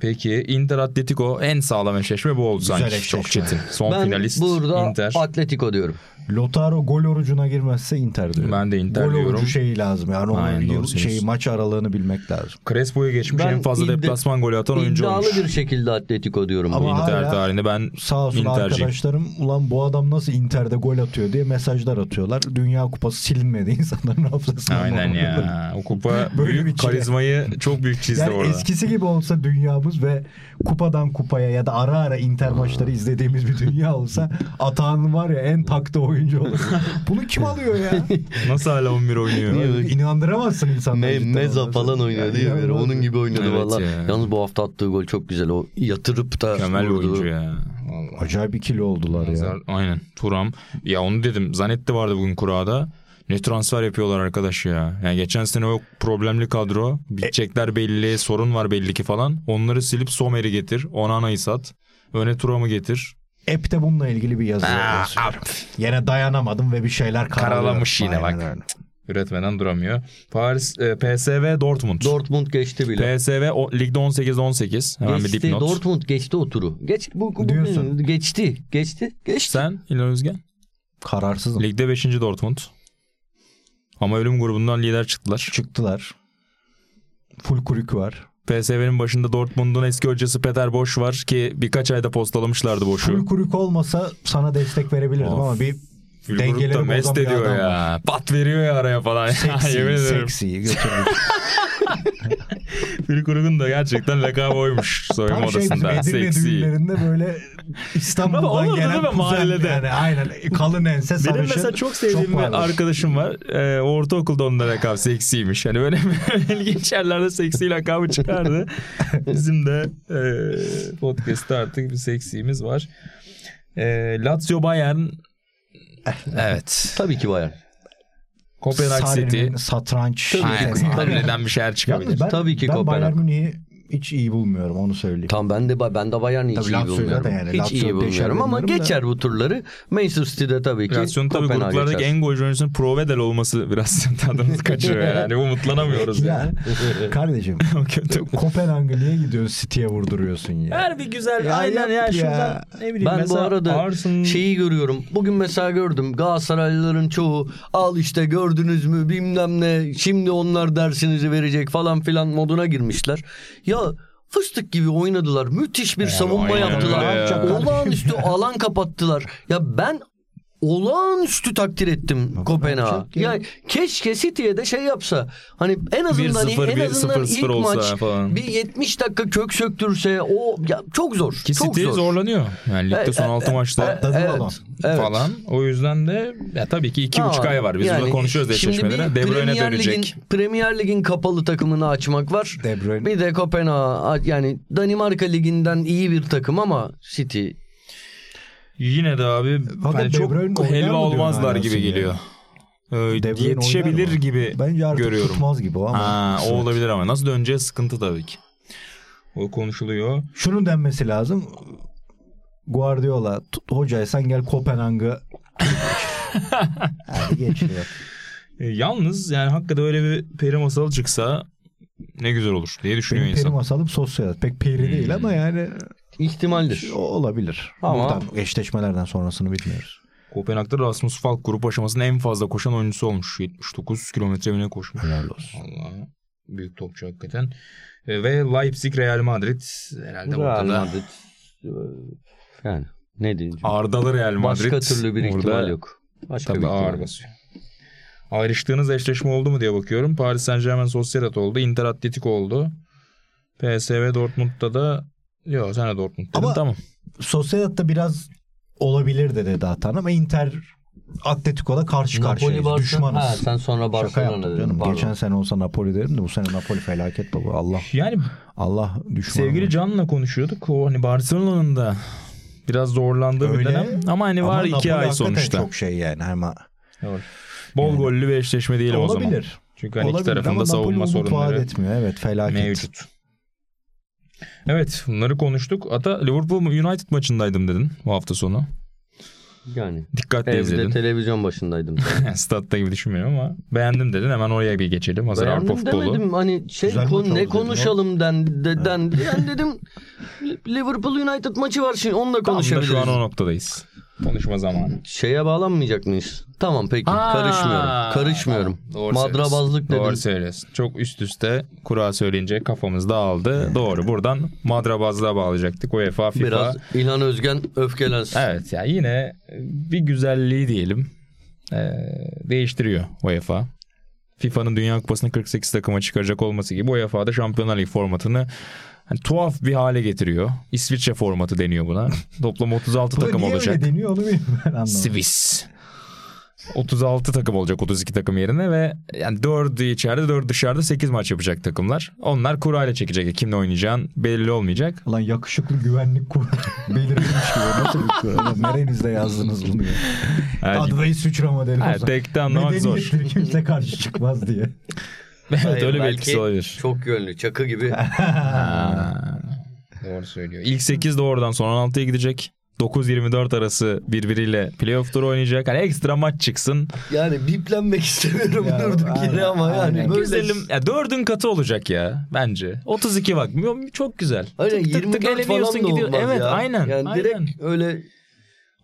Peki Inter Atletico en sağlam eşleşme bu oldu Güzel sanki. eşleşme. Çok çetin. Son Ben finalist burada Inter. Atletico diyorum. Lotaro gol orucuna girmezse Inter diyorum. Ben de Inter gol diyorum. orucu şeyi lazım yani onun Aynen, doğru yıl, söylüyorsun. şeyi maç aralığını bilmek lazım. Crespo'ya geçmiş Ben en fazla iddia- deplasman golü atan oyuncu İddialı olmuş. bir şekilde Atletico diyorum. Ama- bunu. Inter Hala- tarihinde ben Sağ olsun Inter'ciyim. arkadaşlarım ulan bu adam nasıl Inter'de gol atıyor diye mesajlar atıyorlar. Dünya kupası silinmedi insanların hafızasından. Aynen ya. O kupa Bölüm büyük içine. karizmayı çok büyük çizdi Yani orada. eskisi gibi olsa dünyamız ve kupadan kupaya ya da ara ara Inter maçları izlediğimiz bir dünya olsa Atağan var ya en takta oyuncu olur. Bunu kim alıyor ya? Nasıl hala 11 oynuyor? Yani İnandıramazsın insanları. Me, cidden Meza ondan falan sonra. oynuyor Yani değil mi? Böyle inanılmaz. Onun gibi oynadı Evet valla. ya. Yalnız bu hafta attığı gol çok güzel. O yatırıp da Mükemmel bir vurdu. oyuncu ya. Vallahi. Acayip ikili oldular ya. Hazar- Aynen. Turam. Ya onu dedim. Zanetti vardı bugün kurada. Ne transfer yapıyorlar arkadaş ya. Yani geçen sene o problemli kadro. Bitecekler belli. Sorun var belli ki falan. Onları silip Somer'i getir. Onana'yı sat. Öne Turam'ı getir. App'te bununla ilgili bir yazı yazıyorum. Yine dayanamadım ve bir şeyler karalıyorum. Karalamış yine Aynen bak. öyle. Üretmeden duramıyor. Paris, e, PSV Dortmund. Dortmund geçti bile. PSV o, ligde 18-18. Hemen bir geçti. dipnot. Dortmund geçti o turu. Geç, bu, bu- Diyorsun. geçti. Geçti. Geçti. Sen İlhan Özgen? Kararsızım. Ligde 5. Dortmund. Ama ölüm grubundan lider çıktılar. Çıktılar. Full kurük var. PSV'nin başında Dortmund'un eski hocası Peter Bosch var ki birkaç ayda postalamışlardı Full Bosch'u. kurük olsa sana destek verebilirdim Of. ama bir dengeleri Fulguruk'ta bozan mest bir ediyor adam ya. Pat veriyor ya araya falan. seksi, Yemin ederim. seksi götürdük. Fulguruk'un da gerçekten lakabı oymuş soyunma Tam şey bizim odasında. Edirne Seksi. düğünlerinde böyle Ama İstanbul'dan olurdu gelen değil mi kuzen mahallede? yani aynen kalın ense sarışın. Benim mesela çok sevdiğim bir parlak. arkadaşım var. Ee, ortaokulda onun da lakabı seksiymiş. Hani böyle ilginç yerlerde seksi lakabı çıkardı. Bizim de e, podcast'ta artık bir seksimiz var. E, Lazio Bayern. Evet. Tabii ki Bayern. Kopenhag City. Sarri'nin satranç. Tabii ki. Aynen. yeteneği. Tabii. Harbiden bir şeyler çıkabilir. Yalnız ben, Tabii ki ben Kopenhag. Bayern Münih'i hiç iyi bulmuyorum onu söyleyeyim. Tam ben de ben de Bayern'i hiç Tabii iyi Lazio'yu bulmuyorum. zaten yani. Hiç Lazio'yu iyi deşer bulmuyorum ama bilmiyorum da. geçer bu turları. Manchester City'de tabii ki. Klasyon tabii Kopenhag gruplardaki geçer. en golcü oyuncusunun Provedel olması biraz tadımız kaçıyor yani. Umutlanamıyoruz yani. Ya kardeşim O kötü. Kopenhag'ı niye gidiyorsun City'ye vurduruyorsun ya? Her bir güzel Ya aynen yap ya, ya. şuradan ne bileyim Ben bu mesela arada Arsenal- şeyi görüyorum. Bugün mesela gördüm Galatasaraylıların çoğu al işte gördünüz mü bilmem ne şimdi onlar dersinizi verecek falan filan moduna girmişler. Ya fıstık gibi oynadılar. Müthiş bir savunma aynen yaptılar. öyle ya. Olağanüstü alan kapattılar. Ya ben olağanüstü takdir ettim Baba, Kopenhag'ı. çok iyi. Ya keşke City'ye de şey yapsa. Hani en azından 1-0, en azından 1-0 ilk olsa maç falan. bir 70 dakika kök söktürse o ya çok zor. Ki çok City zor. zorlanıyor. Yani ligde son 6 maçta Atladı Evet, adam. evet. falan. O yüzden de ya tabii ki 2,5 Ama ay var. Biz burada yani konuşuyoruz şimdi eşleşmelere. bir De Bruyne Premier dönecek. Lig'in- Premier Lig'in kapalı takımını açmak var. De Bruyne. Bir de Kopenhag yani Danimarka Ligi'nden iyi bir takım ama City. Yine de abi Fakat hani De çok Bruyne oynar mı helva diyorsun olmazlar hala gibi sen ya? geliyor. Ee, De Bruyne yetişebilir oynar mı? gibi Bence artık görüyorum. tutmaz gibi ama. Ha, o kısmet. olabilir ama nasıl döneceği sıkıntı tabii ki. O konuşuluyor. Şunun denmesi lazım. Guardiola tut, hocaya sen gel Kopenhag'ı yani geçiyor. E, yalnız yani hakikaten öyle bir peri masalı çıksa ne güzel olur diye düşünüyor Benim peri insan. Hmm. masalım sosyal. Pek peri değil ama yani ihtimaldir. o olabilir. Ama- Buradan eşleşmelerden sonrasını bilmiyoruz. Kopenhag'da Rasmus Falk grup aşamasında en fazla koşan oyuncusu olmuş. 79 kilometre bile koşmuş. Helal olsun. Allah büyük topçu hakikaten. E, Ve Leipzig Real Madrid herhalde Real ortada. Madrid. Ee, Yani ne diyeyim? Ardalı Real Madrid. Başka türlü bir ihtimal Orada yok. Başka Tabii bir ihtimal ağır yok. basıyor. Ayrıştığınız eşleşme oldu mu diye bakıyorum. Paris Saint Germain Sociedad oldu. Inter Atletico oldu. PSV Dortmund'da da Yok sen de Dortmund dedin Ama- tamam. Sosyal'da biraz olabilir de dedi Atan ama Inter Atletico'da karşı karşıyayız. Barcelona- Düşmanız. Ha, sen sonra Şaka Barcelona yaptım dedin. canım. pardon. Geçen sene olsa Napoli derim de bu sene Napoli felaket baba. Allah Yani Allah düşman. sevgili Can'la konuşuyorduk. O hani Barcelona'nın da biraz zorlandığı bir Öyle. dönem. Ama hani var Ama iki Napoli ay hakikaten sonuçta. Çok şey yani ama Bol Yani- gollü bir eşleşme diyelim o zaman. olabilir. Çünkü hani iki Olabilir ama tarafında Napoli savunma umut vaat sorunları etmiyor. Evet felaket. mevcut. Evet bunları konuştuk. Ata Liverpool United maçındaydım dedin bu hafta sonu. Yani Dikkatle evde izledin. televizyon başındaydım. Yani statta gibi düşünmüyorum ama beğendim dedin. Hemen oraya bir geçelim. Hazır Avrupa Beğendim futbolu. demedim hani şey Güzel maç konu oldu ne dedim, konuşalım den, de- den ben dedim Liverpool United maçı var şimdi onunla Tam da konuşabiliriz. şu an o noktadayız. Konuşma zamanı. Şeye bağlanmayacak mıyız? Tamam peki Aa, karışmıyorum. Karışmıyorum. tamam. Doğru Madrabazlık söylüyorsun. Doğru dedin. söylüyorsun. Çok üst üste kura söyleyince kafamız dağıldı. Doğru. Buradan madrabazlığa bağlayacaktık. UEFA, FIFA. Biraz İlhan Özgen öfkelensin. Evet ya yine bir güzelliği diyelim. Ee, değiştiriyor UEFA. FIFA'nın Dünya Kupası'nı 48 takıma çıkaracak olması gibi UEFA'da Şampiyonlar Ligi formatını hani tuhaf bir hale getiriyor. İsviçre formatı deniyor buna. Toplam 36 Bu da takım niye olacak. öyle deniyor onu bilmiyorum ben anlamadım. Swiss. 36 takım olacak 32 takım yerine ve yani 4'ü içeride 4 dışarıda 8 maç yapacak takımlar. Onlar kurayla çekecek. Kimle oynayacağın belli olmayacak. Lan yakışıklı güvenlik kurulu belirmiş gibi. Nasıl bir kurulu? Lan Nerenizde yazdınız bunu ya? Yani- Adı da hiç suçlama derim Ha, o zaman. tek de anlamak zor. Medeniyetleri kimse karşı çıkmaz diye. evet öyle bir Belki etkisi olabilir. Çok yönlü çakı gibi. Doğru söylüyor. İlk 8 de oradan sonra 16'ya gidecek. 9-24 arası birbiriyle playoff turu oynayacak. Hani ekstra maç çıksın. yani biplenmek istemiyorum Ya, durduk aynen, yere ama yani aynen. böyle. Güzelim. Ya dördün katı olacak ya bence. 32 bak. Çok güzel. Aynen 24 falan da olmaz Evet ya. aynen. Yani aynen. direkt öyle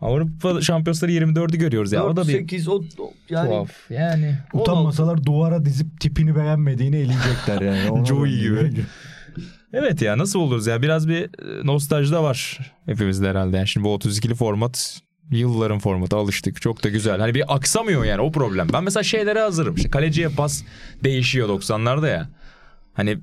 Avrupa Şampiyonları 24'ü görüyoruz ya. O 4, da bir 8, o, o- yani tuhaf. Yani Utanmasalar duvara dizip tipini beğenmediğini eleyecekler yani. Ona Joey ben- gibi. Evet ya nasıl oluruz ya biraz bir e, nostalji de var hepimizde herhalde. Yani şimdi bu 32'li format yılların formatı alıştık. Çok da güzel. Hani bir aksamıyor yani o problem. Ben mesela şeylere hazırım. İşte kaleciye pas değişiyor 90'larda ya. Hani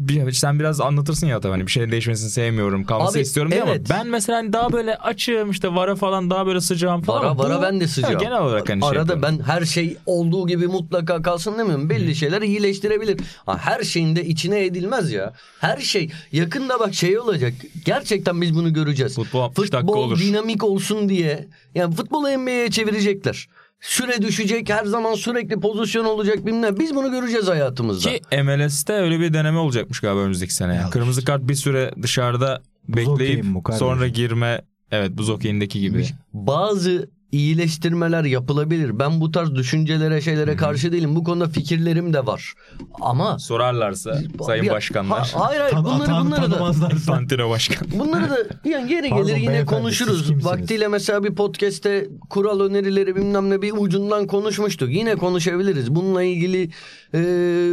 bir, sen biraz anlatırsın ya tabii hani bir şeyin değişmesini sevmiyorum kalması Abi, istiyorum diye evet. ama ben mesela hani daha böyle açığım işte vara falan daha böyle sıcağım falan. Vara Ama vara bu- ben de Ha, sıcağım. genel olarak hani şey Arada yapıyorum. ben her şey olduğu gibi mutlaka kalsın demiyorum. Belli şeyler iyileştirebilir. Ha, her şeyin de içine edilmez ya. Her şey yakında bak şey olacak. Gerçekten biz bunu göreceğiz. Futbol 60 dakika Futbol olur. dinamik olsun diye. Yani futbolu NBA'ye çevirecekler. Süre düşecek her zaman sürekli pozisyon olacak bilmem. ne. Biz bunu göreceğiz hayatımızda. Ki MLS'te öyle bir deneme olacakmış galiba önümüzdeki sene. Yani. Yanlış. Kırmızı kart bir süre dışarıda bekleyip okeyim bu kardeşim. sonra girme. Evet buz okeyindeki gibi. şey- bazı iyileştirmeler yapılabilir. Ben bu tarz düşüncelere şeylere karşı değilim. Bu konuda fikirlerim de var. Ama Sorarlarsa sayın Ya, başkanlar. ha- hayır hayır Tan- bunları atan bunları da. tanımazlarsa. Santino başkan. Bunları da yani yeri Pardon gelir yine beyefendi, siz konuşuruz. kimsiniz? Vaktiyle mesela bir podcast'te kural önerileri bilmem ne bir ucundan konuşmuştuk. Yine konuşabiliriz. Bununla ilgili e,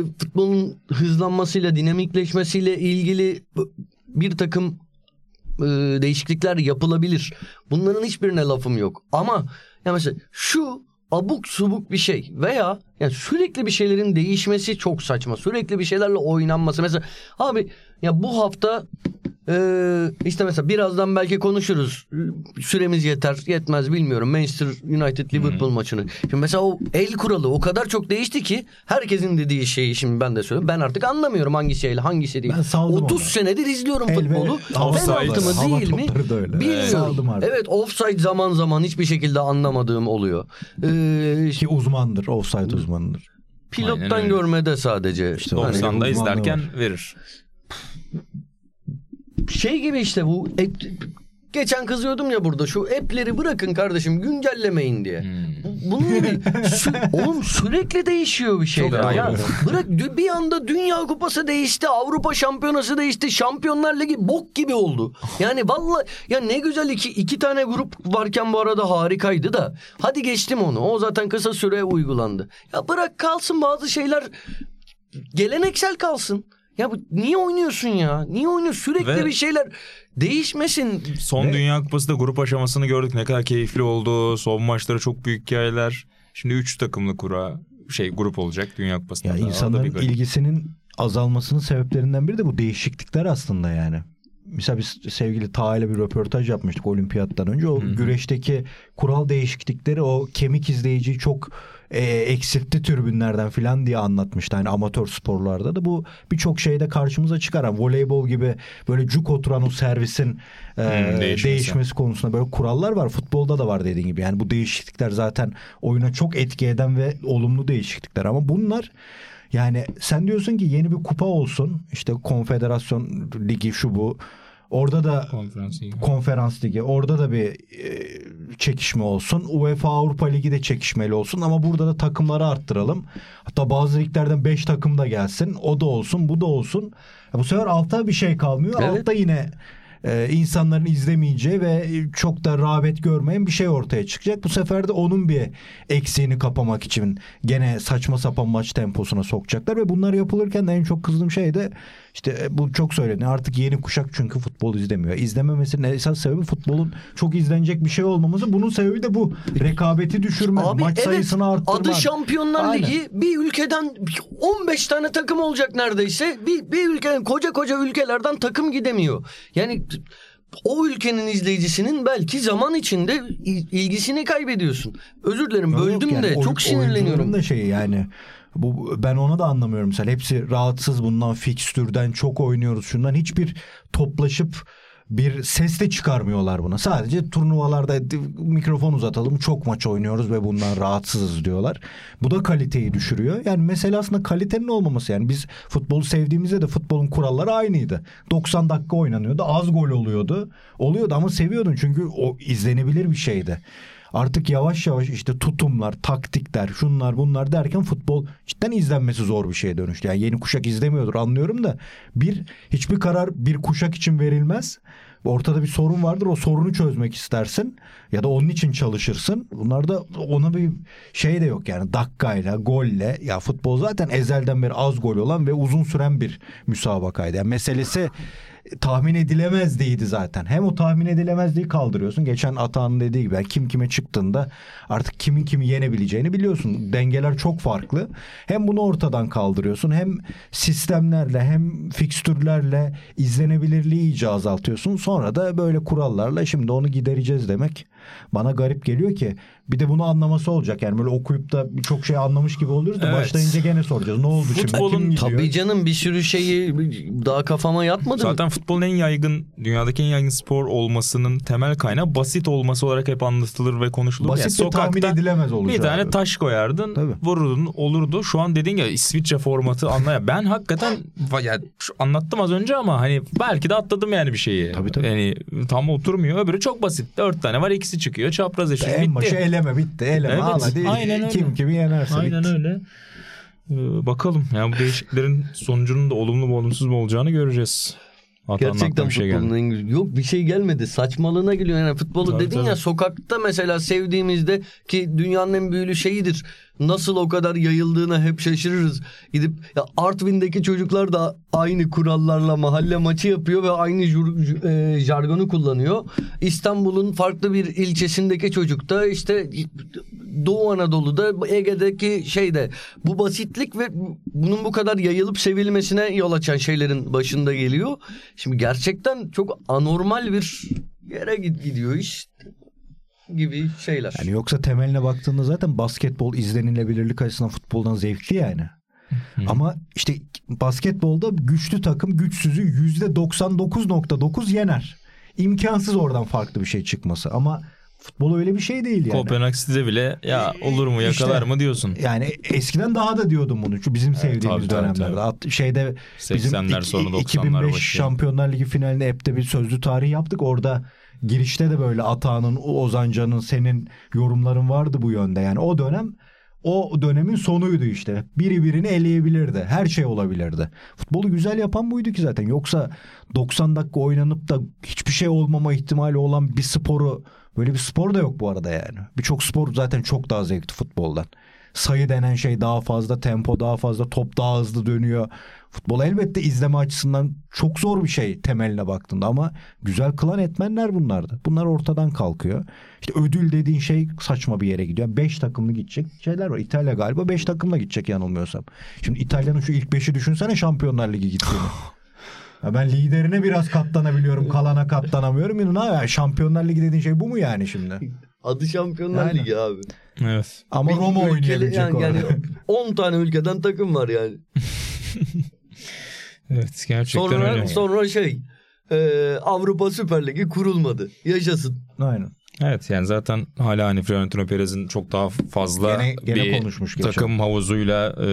futbolun hızlanmasıyla, dinamikleşmesiyle ilgili bir takım e, değişiklikler yapılabilir. Bunların hiçbirine lafım yok. Ama Ya mesela şu abuk subuk bir şey veya yani sürekli bir şeylerin değişmesi çok saçma. Sürekli bir şeylerle oynanması. Mesela abi ya bu hafta ee, işte mesela birazdan belki konuşuruz. Süremiz yeter, yetmez bilmiyorum. Manchester United Liverpool maçını. Şimdi mesela o el kuralı o kadar çok değişti ki herkesin dediği şeyi şimdi ben de söylüyorum. Ben artık anlamıyorum hangi şeyle hangisi değil. Ben saldım 30 onu. senedir izliyorum El ve- futbolu. Hava Penaltı mı sahası. değil Hava mi? topları da öyle. Evet. Saldım Bilmiyorum. artık. Evet offside zaman zaman hiçbir şekilde anlamadığım oluyor. Ee, Ki uzmandır. Offside uzmanıdır. Aynen pilottan öyle. görmede sadece. İşte Hani 90'da uzmanlığı izlerken var. verir. şey gibi işte bu app- geçen kızıyordum ya burada şu app'leri bırakın kardeşim güncellemeyin diye. Hmm. Bu- Bunun gibi sü- oğlum sürekli değişiyor bir şeyler. doğru. ya. Bırak dü- bir anda Dünya Kupası değişti, Avrupa Şampiyonası değişti, Şampiyonlar Ligi bok gibi oldu. Yani valla ya ne güzel iki iki tane grup varken bu arada harikaydı da. Hadi geçtim onu. O zaten kısa süreye uygulandı. Ya bırak kalsın bazı şeyler geleneksel kalsın. Ya bu niye oynuyorsun ya? Niye oynuyorsun? Sürekli Ve- bir şeyler değişmesin. Son Dünya Kupası'da grup aşamasını gördük. Ne kadar keyifli oldu. Son maçları çok büyük hikayeler. Şimdi 3 takımlı kura şey grup olacak Dünya Kupası'nda. Ya O da bir insanların garip. ilgisinin azalmasının sebeplerinden biri de bu değişiklikler aslında yani. Mesela biz sevgili Taha ile bir röportaj yapmıştık olimpiyattan önce. O güreşteki kural değişiklikleri o kemik izleyiciyi çok e, eksiltti tribünlerden filan diye anlatmıştı. Hani amatör sporlarda da bu birçok şeyde karşımıza çıkar. Yani voleybol gibi böyle cuk oturan o servisin e, değişmesi. değişmesi konusunda böyle kurallar var. Futbolda da var dediğin gibi. Yani bu değişiklikler zaten oyuna çok etki eden ve olumlu değişiklikler ama bunlar yani sen diyorsun ki yeni bir kupa olsun. İşte konfederasyon ligi şu bu. Orada da Konferans ligi. konferans ligi. Orada da bir e, çekişme olsun. UEFA Avrupa Ligi de çekişmeli olsun ama burada da takımları arttıralım. Hatta bazı liglerden 5 takım da gelsin. O da olsun, bu da olsun. Ya bu sefer altta bir şey kalmıyor. Evet. Altta yine e, insanların izlemeyeceği ve çok da rağbet görmeyen bir şey ortaya çıkacak. Bu sefer de onun bir eksiğini kapamak için gene saçma sapan maç temposuna sokacaklar ve bunlar yapılırken de en çok kızdığım şey de işte e, bu çok söyleniyor. Artık yeni kuşak çünkü futbol izlemiyor. İzlememesinin esas sebebi futbolun çok izlenecek bir şey olmaması. Bunun sebebi de bu. Rekabeti düşürme, Abi maç evet, sayısını arttırma. Adı Şampiyonlar Aynen. Ligi bir ülkeden 15 tane takım olacak neredeyse. Bir, bir ülkeden koca koca ülkelerden takım gidemiyor. Yani o ülkenin izleyicisinin belki zaman içinde il- ilgisini kaybediyorsun. Özür dilerim Yok, böldüm yani de oy- çok sinirleniyorum. oyuncuların da şeyi yani bu ben ona da anlamıyorum mesela hepsi rahatsız bundan fikstürden çok oynuyoruz şundan hiçbir toplaşıp bir ses de çıkarmıyorlar buna. Sadece turnuvalarda d- mikrofon uzatalım çok maç oynuyoruz ve bundan rahatsızız diyorlar. Bu da kaliteyi düşürüyor. Yani mesele aslında kalitenin olmaması. Yani biz futbolu sevdiğimizde de futbolun kuralları aynıydı. 90 dakika oynanıyordu. Az gol oluyordu. Oluyordu ama seviyordun çünkü o izlenebilir bir şeydi. Artık yavaş yavaş işte tutumlar, taktikler, şunlar bunlar derken futbol cidden izlenmesi zor bir şeye dönüştü. Yani yeni kuşak izlemiyordur anlıyorum da bir hiçbir karar bir kuşak için verilmez. Ortada bir sorun vardır o sorunu çözmek istersin ya da onun için çalışırsın. Bunlarda ona bir şey de yok yani dakikayla, golle ya futbol zaten ezelden beri az gol olan ve uzun süren bir müsabakaydı. Yani meselesi tahmin edilemezdiydi zaten. Hem o tahmin edilemezliği kaldırıyorsun. Geçen Atahan'ın dediği gibi yani kim kime çıktığında artık kimin kimi yenebileceğini biliyorsun. Dengeler çok farklı. Hem bunu ortadan kaldırıyorsun hem sistemlerle hem fikstürlerle izlenebilirliği iyice azaltıyorsun. Sonra da böyle kurallarla şimdi onu gidereceğiz demek bana garip geliyor ki bir de bunu anlaması olacak. Yani böyle okuyup da birçok şey anlamış gibi oluyoruz da Evet. başlayınca gene soracağız. Ne oldu şimdi? Futbolun Kim gidiyor? Tabii canım bir sürü şeyi daha kafama yatmadı. mı? Zaten futbolun en yaygın, dünyadaki en yaygın spor olmasının temel kaynağı basit olması olarak hep anlatılır ve konuşulur. Basit Yani ve tahmin edilemez olacağı. Bir tane taş koyardın, Tabii. vururdun, olurdu. Şu an dediğin ya İsviçre formatı anlaya. Ben hakikaten va- ya şu- anlattım az önce ama hani belki de atladım yani bir şeyi. Tabii, tabii. Yani tam oturmuyor. Öbürü çok basit. Dört tane var, ikisi çıkıyor. Çapraz eşit. en bitti. başı eleme bitti. Eleme Evet, ama değil. aynen öyle. Kim kimi yenerse Aynen bitti. öyle. Ee, bakalım. Yani bu değişikliklerin sonucunun da olumlu mu olumsuz mu olacağını göreceğiz. Hatanın aklına Gerçekten bir şey futbolun geldi. en güzel- Yok bir şey gelmedi. Saçmalığına geliyor. Yani futbolu Tabii, dedin tabii. ya sokakta mesela sevdiğimizde ki dünyanın en büyülü şeyidir. nasıl o kadar yayıldığına hep şaşırırız. Gidip ya Artvin'deki çocuklar da aynı kurallarla mahalle maçı yapıyor ve aynı jur- j- e, jargonu kullanıyor. İstanbul'un farklı bir ilçesindeki çocuk da işte Doğu Anadolu'da Ege'deki şeyde bu basitlik ve bunun bu kadar yayılıp sevilmesine yol açan şeylerin başında geliyor. Şimdi gerçekten çok anormal bir yere gid- gidiyor iş gibi şeyler. Yani yoksa temeline baktığında zaten basketbol izlenilebilirlik açısından futboldan zevkli yani. Ama işte basketbolda güçlü takım güçsüzü yüzde %99.9 yener. İmkansız oradan farklı bir şey çıkması ama futbol öyle bir şey değil yani. Kopenhag City'de bile ya olur mu İşte. yakalar mı diyorsun. Yani eskiden daha da diyordum bunu. Şu bizim tabii, sevdiğimiz tabii, dönemlerde. At- Şeyde bizim 80'ler iki- sonu, 90'lar 2005 başı. Şampiyonlar Ligi finalini EP'te bir sözlü tarih yaptık. Orada girişte de böyle Atağan'ın, Ozancan'ın, senin yorumların vardı bu yönde. Yani o dönem o dönemin sonuydu işte. Biri birini eleyebilirdi. Her şey olabilirdi. Futbolu güzel yapan buydu ki zaten. Yoksa 90 dakika oynanıp da hiçbir şey olmama ihtimali olan bir sporu böyle bir spor da yok bu arada yani. Birçok spor zaten çok daha zevkli futboldan. Sayı denen şey daha fazla, tempo daha fazla, top daha hızlı dönüyor. Futbol elbette izleme açısından çok zor bir şey temeline baktığında ama güzel kılan etmenler bunlardı. Bunlar ortadan kalkıyor. İşte ödül dediğin şey saçma bir yere gidiyor. 5 takımlı gidecek şeyler var. İtalya galiba 5 takımla gidecek yanılmıyorsam. Şimdi İtalya'nın şu ilk 5'i düşünsene Şampiyonlar Ligi gittiğini. Ya ben liderine biraz katlanabiliyorum. Kalana katlanamıyorum. Yani ne ya Şampiyonlar Ligi dediğin şey bu mu yani şimdi? Adı Şampiyonlar Aynen. Ligi abi. Evet. Ama Bir Roma ülkeli- oynayabilecek yani, orada. yani 10 tane ülkeden takım var yani. Evet gerçekten Sonra öyle. sonra şey e, Avrupa Süper Ligi kurulmadı. Yaşasın. Aynen. Evet yani zaten hala hani Florentino Perez'in çok daha fazla Gene- gene bir konuşmuş geçen. takım havuzuyla e,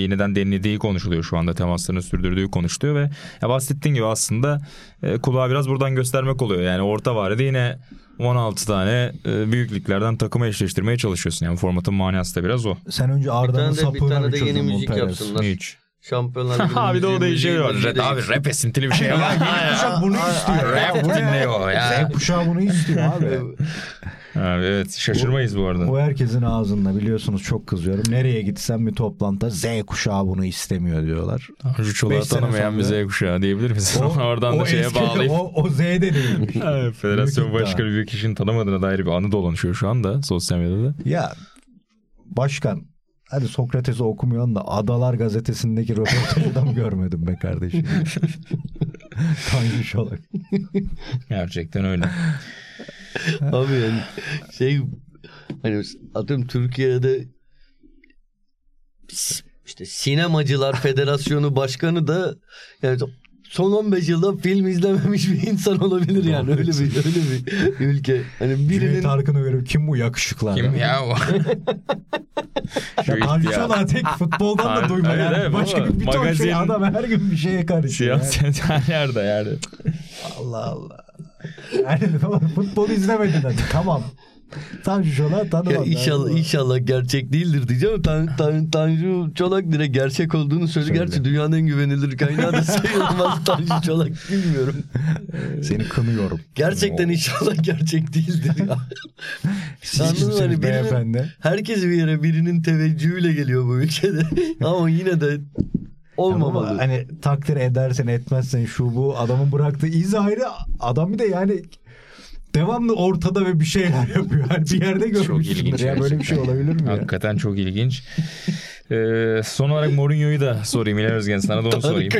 yeniden denildiği konuşuluyor şu anda temaslarını sürdürdüğü konuşuluyor ve ya bahsettiğin gibi aslında e, kulağa biraz buradan göstermek oluyor. Yani orta vardı yine 16 tane e, büyük liglerden takımı eşleştirmeye çalışıyorsun. Yani formatın manası da biraz o. Sen önce Arda'nın bir tane de, bir sapığına tane bir de yeni çözüm bul müzik Perez. yapsınlar. Hiç. Şampiyonlar Ligi'nin Abi de o müziği- da şey var. müziği Rap- de- Abi rap esintili bir şey var. Kuşak bunu istiyor. Rap dinliyor ya. Z kuşağı bunu istiyor abi. Abi evet şaşırmayız bu arada. Bu herkesin ağzında biliyorsunuz çok kızıyorum. Nereye gitsem bir toplantıda Z kuşağı bunu istemiyor diyorlar. Tanju Çolak'ı Beş sene tanımayan bir sonra- Z kuşağı diyebilir misin? Oradan da şeye eski- bağlayıp. O, o Z de değilmiş. Evet, Federasyon Büyük iddia. başkanı büyük kişinin tanımadığına dair bir anı dolanışıyor şu anda sosyal medyada. ya başkan hadi Sokrates'i okumuyorsun da Adalar gazetesindeki röportajı da mı görmedim be kardeşim? Tanju Şolak. Gerçekten öyle. Abi yani şey hani atıyorum Türkiye'de işte Sinemacılar Federasyonu Başkanı da yani son 15 yılda film izlememiş bir insan olabilir yani öyle bir öyle bir ülke. Hani Cüneyt birinin Arkın'ı görüp kim bu yakışıklı adam? Kim ya o? Şu Tanju ihtiyar. Çolak'ı tek futboldan da Aynen, duyma yani. evet, Başka baba. bir, bir ton Magazin- Şey şey adam her gün bir şeye karışıyor. yani. Siyaset her yerde yani. Allah Allah. Yani tamam, futbolu izlemedin hadi tamam. Tanju Şolak'ı tanımadın. ya inşallah Hadi. inşallah gerçek değildir diyeceğim ama Tan, Tan, Tanju Çolak direkt gerçek olduğunu söylüyor. Gerçi dünyanın en güvenilir kaynağı da sayılmaz Tanju Çolak bilmiyorum. Seni kınıyorum. Gerçekten inşallah gerçek değildir ya. Anladın mı? Kimsiniz Hani birinin- beyefendi? Herkes bir yere birinin teveccühüyle geliyor bu ülkede. Ama yine de olmamalı. Ama hani takdir edersen etmezsen şu bu adamın bıraktığı iz ayrı adam bir de yani devamlı ortada ve bir şeyler yapıyor. Hani bir yerde görmüşsündür. ilginç Ya böyle bir şey olabilir mi? ya? Hakikaten çok ilginç. Ee, son olarak Mourinho'yu da sorayım İlhan Özgen sana da onu sorayım.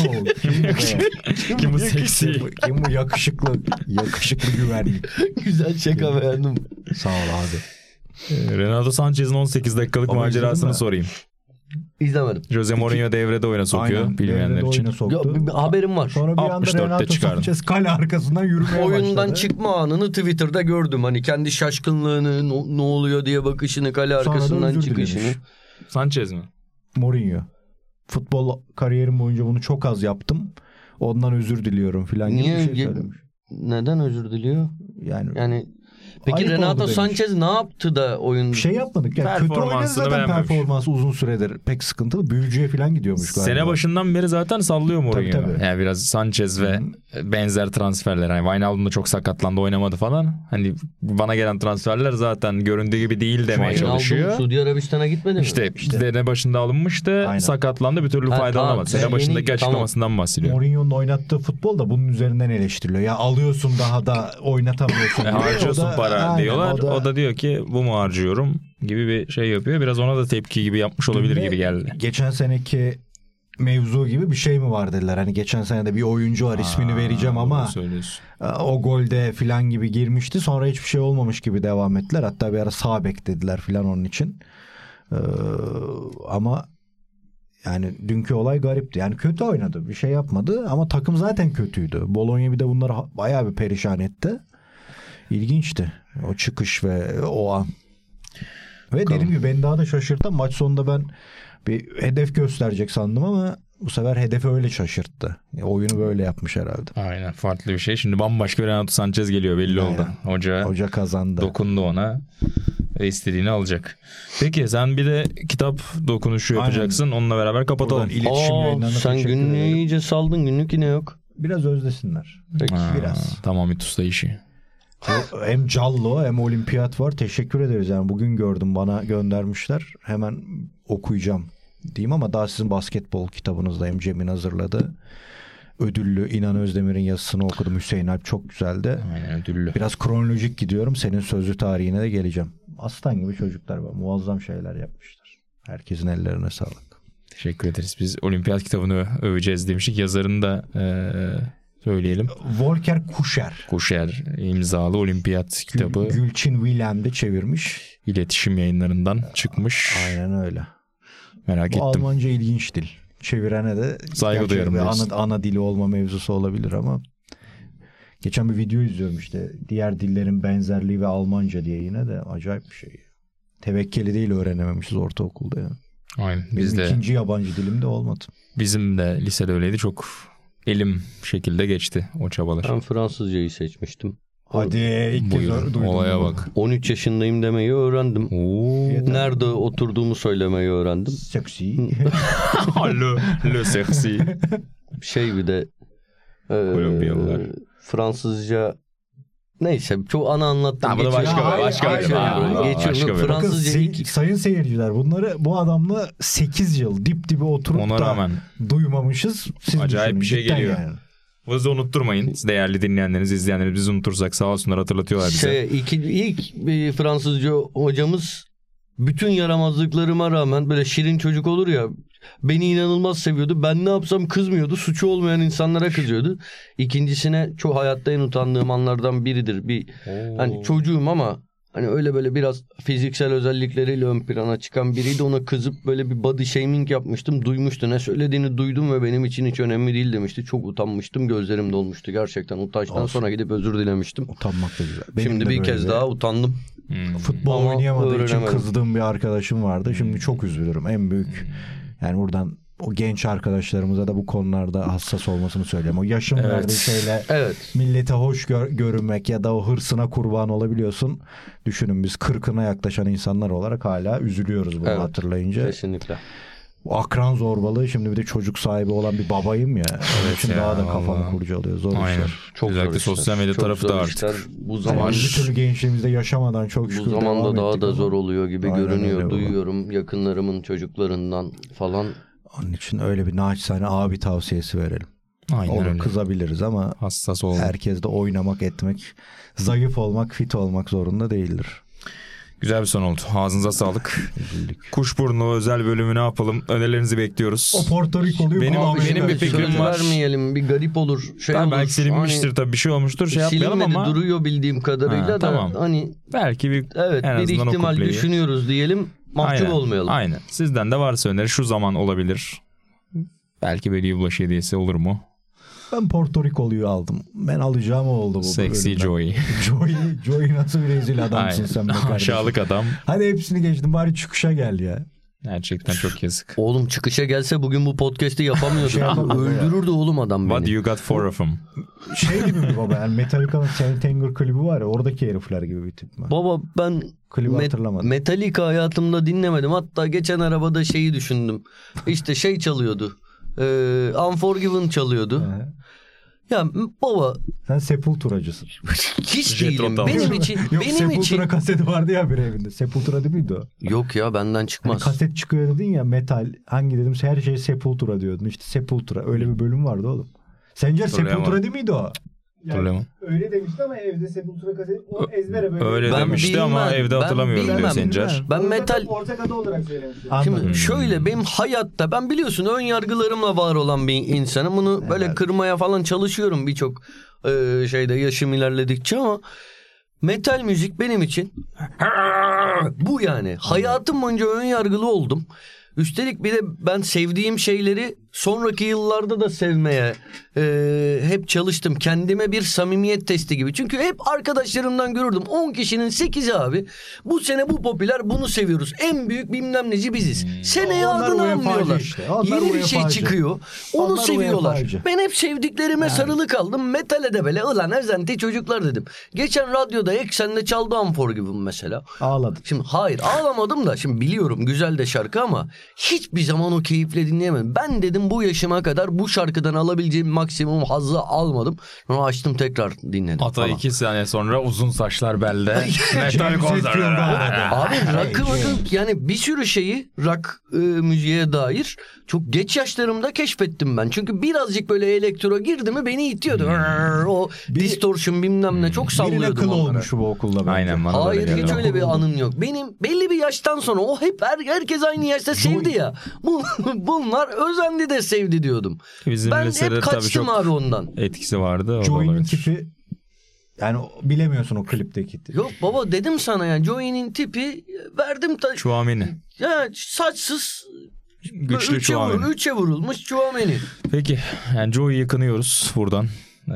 Oo, kim, bu? Kim bu seksi? Kim bu- kim bu yakışıklı yakışıklı güvenlik? Güzel şaka beğendim. Sağ ol abi. Ee, Renato Sanchez'in 18 dakikalık Ama izledin mi? macerasını sorayım. İzlemedim. Jose Mourinho devrede oyuna sokuyor Aynen, bilmeyenler devrede için. oyuna Ya, soktu. bir- bir haberim var. Sonra bir anda 64'te Renato çıkardım. Sanchez kale arkasından yürümeye Oyundan başladı. çıkma anını Twitter'da gördüm. Hani kendi şaşkınlığını, no- ne oluyor diye bakışını, kale Sonra da arkasından özür çıkışını. dilemiş. Sanchez mi? Mourinho. Futbol kariyerim boyunca bunu çok az yaptım. Ondan özür diliyorum filan gibi Niye? bir şey söylemiş. Neden özür diliyor? Yani, Yani Peki ayıp oldu Renato demiş. Sanchez ne yaptı da oyun? Bir şey yapmadık. Yani kötü oynadı Performansını zaten beğenmemiş. performansı uzun süredir pek sıkıntılı. Büyücüye falan gidiyormuş galiba. Sene başından beri zaten sallıyor Mourinho. Tabii, tabii. Yani biraz Sanchez ve benzer transferler. Hani Wijnaldum da çok sakatlandı oynamadı falan. Hani bana gelen transferler zaten göründüğü gibi değil demeye Wijnaldum çalışıyor. Suudi Arabistan'a gitmedi mi? İşte, sene başında alınmıştı. Aynen. Sakatlandı bir türlü Ha, faydalanamadı. tamam. Sene Yeni- başındaki tamam. açıklamasından bahsediyor. Mourinho'nun oynattığı futbol da bunun üzerinden eleştiriliyor. Ya alıyorsun daha da oynatamıyorsun. E, diyor. O harcıyorsun da- para aynen, diyorlar. O da, diyor ki bu mu harcıyorum gibi bir şey yapıyor. Biraz ona da tepki gibi yapmış olabilir Dün de gibi geldi. Geçen seneki mevzu gibi bir şey mi var dediler. Hani geçen sene de bir oyuncu var ismini Aa, vereceğim doğru ama söylüyorsun. e, o golde filan gibi girmişti. Sonra hiçbir şey olmamış gibi devam ettiler. Hatta bir ara sağ bek dediler filan onun için. Ee, ama yani dünkü olay garipti. Yani kötü oynadı. Bir şey yapmadı ama takım zaten kötüydü. Bologna bir de bunları ha- bayağı bir perişan etti. İlginçti. O çıkış ve o an. Ve dediğim gibi beni daha da şaşırtan maç sonunda ben bir hedef gösterecek sandım ama bu sefer hedefi öyle şaşırttı. Ya Oyunu böyle yapmış herhalde. Aynen farklı bir şey. Şimdi bambaşka bir Renato Sanchez geliyor belli Aynen. oldu. Hoca, Hoca kazandı. dokundu ona ve istediğini alacak. Peki sen bir de kitap dokunuşu Aynen. yapacaksın. Onunla beraber kapatalım. Buradan iletişim Aa, yayınlarına sen teşekkür günlüğü ederim. iyice saldın. Günlük yine yok. Biraz özlesinler. Peki. Ha, biraz. Tamam Mitus'ta işi. hem Callo hem Olimpiyat var. Teşekkür ederiz. Yani bugün gördüm bana göndermişler. Hemen okuyacağım diyeyim ama daha sizin basketbol kitabınızdayım. Cem'in hazırladı. Ödüllü İnan Özdemir'in yazısını okudum. Hüseyin Alp çok güzeldi. Aynen ödüllü. Biraz kronolojik gidiyorum. Senin sözlü tarihine de geleceğim. Aslan gibi çocuklar var. Muazzam şeyler yapmışlar. Herkesin ellerine sağlık. Teşekkür ederiz. Biz olimpiyat kitabını öveceğiz demiştik. Yazarını da eee, söyleyelim. Volker Kuşer. Kuşer imzalı olimpiyat kitabı Gülçin Wilhelm de çevirmiş. iletişim yayınlarından çıkmış. Aynen öyle. Merak Bu ettim. Almanca ilginç dil. Çevirene de Saygı gerçi duyarım bir diyorsun. ana, ana dili olma mevzusu olabilir ama geçen bir video izliyorum işte diğer dillerin benzerliği ve Almanca diye yine de acayip bir şey. Tevekkeli değil öğrenememişiz ortaokulda ya. Aynen. Benim Biz de, ikinci yabancı dilim de olmadı. bizim de lisede öyleydi. Çok elim şekilde geçti o çabalar. Ben Fransızcayı seçmiştim. Hadi ilk kez Buyurun, duydum olaya bunu. bak. 13 yaşındayım demeyi öğrendim. Oo. Nerede oturduğumu söylemeyi öğrendim. Seksi. le, le sexy. Şey bir de e, Kolombiyalılar. Fransızca neyse çok ana anlattım. Ha, bu da Geçiyorum. başka- şey. Ya, başka hayır, bir- hayır, ya, hayır. başka Geçiyorum. bir- Bakın Fransızca se- ilk- sayın seyirciler bunları bu adamla 8 yıl dip dibe oturup Ona da rağmen. duymamışız. Siz Acayip düşünün, bir şey cidden geliyor. yani. Bizi unutturmayın. Değerli dinleyenleriniz, izleyenleriniz bizi unutursak sağ olsunlar hatırlatıyorlar bize. şey, ilk, ilk bir Fransızca hocamız bütün yaramazlıklarıma rağmen böyle şirin çocuk olur ya beni inanılmaz seviyordu. Ben ne yapsam kızmıyordu. Suçu olmayan insanlara kızıyordu. İkincisine çok hayatta en utandığım anlardan biridir. Bir Hani çocuğum ama hani öyle böyle biraz fiziksel özellikleriyle ön plana çıkan biriydi. Ona kızıp böyle bir body shaming yapmıştım. Duymuştu ne söylediğini duydum ve benim için hiç önemli değil demişti. Çok utanmıştım. Gözlerim dolmuştu gerçekten. Utançtan Olsun. sonra gidip özür dilemiştim. Utanmak da güzel. Benim Şimdi de bir böyle kez daha utandım. Hmm. futbol Ama oynayamadığı için öğrenemedim. kızdığım bir arkadaşım vardı. Şimdi çok üzülürüm. En büyük yani buradan o genç arkadaşlarımıza da bu konularda hassas olmasını söyleyeyim. O yaşın Evet. verdiği şeyle Evet. millete hoş gör- görünmek ya da o hırsına kurban olabiliyorsun. Düşünün biz kırkına yaklaşan insanlar olarak hala üzülüyoruz bunu Evet. hatırlayınca. Kesinlikle. Bu akran zorbalığı şimdi bir de çocuk sahibi olan bir babayım ya. Onun için ya, daha da vallahi. kafamı kurcalıyor. Zor Aynen. işler. Çok Özellikle zor işler. sosyal medya Çok tarafı zor da işler. artık Bu Yani zaman bir türlü gençliğimizde yaşamadan çok şükür bu devam zamanda daha ettik da ama zor oluyor gibi Aynen öyle görünüyor. baba. Duyuyorum yakınlarımın çocuklarından falan. Onun için öyle bir naçizane abi tavsiyesi verelim. Aynen Olur öyle. kızabiliriz ama Hassas oldu. herkes de oynamak etmek, zayıf olmak, fit olmak zorunda değildir. Güzel bir son oldu. Ağzınıza sağlık. Kuşburnu özel bölümü ne yapalım? Önerilerinizi bekliyoruz. Portorik oluyor. Benim- Abi benim şimdi bir fikrim söz var. vermeyelim bir garip olur. Şey Tamam, olur. belki silinmiştir Hani- tabii bir şey olmuştur şey yapmayalım Silinmedi ama duruyor bildiğim kadarıyla Ha, da tamam. hani belki bir evet En bir azından o ihtimal kupleyi. düşünüyoruz diyelim mahcup Aynen, olmayalım. Aynen. Sizden de varsa öneri şu zaman olabilir. Belki böyle yılbaşı hediyesi olur mu? Ben Portorik oluyor aldım. Ben alacağım o oldu bu. Sexy bölümden. Joey. Joey, Joey nasıl bir rezil adamsın Aynen. sen be kardeşim. Aşağılık adam. Hadi hepsini geçtim bari çıkışa gel ya. Gerçekten çok yazık. Oğlum çıkışa gelse bugün bu podcast'i yapamıyordu. Şey yapamaz ya. Öldürürdü oğlum adam What beni. you got four of them? Şey gibi mi baba yani Metallica'nın Sentenger klibi var ya oradaki herifler gibi bir tip mi? Baba ben Klibi Met- hatırlamadım. Metallica hayatımda dinlemedim. Hatta geçen arabada şeyi düşündüm. İşte şey çalıyordu. Ee, Unforgiven çalıyordu. He. Ee? ya baba Sen Sepultura'cısın. hiç Jet değilim. Rotal. Benim için Yok benim Sepultura için kaseti vardı ya bir evinde. Sepultura değil miydi o? Yok ya benden Hani çıkmaz. kaset çıkıyor dedin ya metal. Hangi dedim her şey Sepultura diyordun. İşte Sepultura. Öyle bir bölüm vardı oğlum. Sencer Hatırlayamadım. Sepultura değil miydi o? Hatırlayamam. öyle demişti ama evde Sepultura kaseti o ezbere Öyle Ben demişti ama bilmem, evde ben hatırlamıyorum diyor bilmem. Sencer. ben metal Ortak adı olarak söylemiştim. Anladım. Şimdi şöyle benim hayatta ben biliyorsun ön yargılarımla var olan bir insanım. Bunu böyle kırmaya falan çalışıyorum birçok e, şeyde yaşım ilerledikçe ama metal müzik benim için bu yani. Hayatım boyunca ön yargılı oldum. Üstelik bir de ben sevdiğim şeyleri sonraki yıllarda da sevmeye e, hep çalıştım. Kendime bir samimiyet testi gibi. Çünkü hep arkadaşlarımdan görürdüm. 10 kişinin 8'i abi bu sene bu popüler bunu seviyoruz. En büyük bilmem neci biziz. Seneye Hmm. Onlar adını UEFA'cı anlıyorlar. işte. Onlar Yeni bir şey UEFA'cı. çıkıyor. Onu Onlar seviyorlar. UEFA'cı. Ben hep sevdiklerime sarılı kaldım. Metale de böyle ulan özenti çocuklar dedim. Geçen radyoda eksende çaldı amfor gibi mesela. Ağladım. Şimdi hayır ağlamadım da şimdi biliyorum güzel de şarkı ama hiçbir zaman o keyifle dinleyemedim. Ben dedim bu yaşıma kadar bu şarkıdan alabileceğim maksimum hazzı almadım. Sonra açtım tekrar dinledim. Ata falan. iki sene sonra uzun saçlar belde. Metal Hetfield konserler. ağladı. Abi rock'ı bakın yani bir sürü şeyi rock e, müziğe dair çok geç yaşlarımda keşfettim ben. Çünkü birazcık böyle elektro girdi mi beni itiyordu. Rrrr, O distortion bilmem ne çok Hmm. Birine sallıyordum kıl onları. olmuş bu okulda. bence. Aynen bana da Hayır hiç geldi. öyle bir anım yok. Benim belli bir yaştan sonra o hep her, herkes aynı yaşta sevdi ya. Bu- Bunlar özendi de sevdi diyordum. Bizim ben liselere hep tabii kaçtım çok- abi ondan. Etkisi vardı. O da Joy'un olabilir. tipi yani o- bilemiyorsun o klipteki tipi. Yok baba dedim sana ya Joey'nin tipi verdim ta- Chouameni. ya saçsız Güçlü üçe, vur- Chouameni. üçe vurulmuş Chouameni. Peki. Yani Joey'i yakınıyoruz buradan.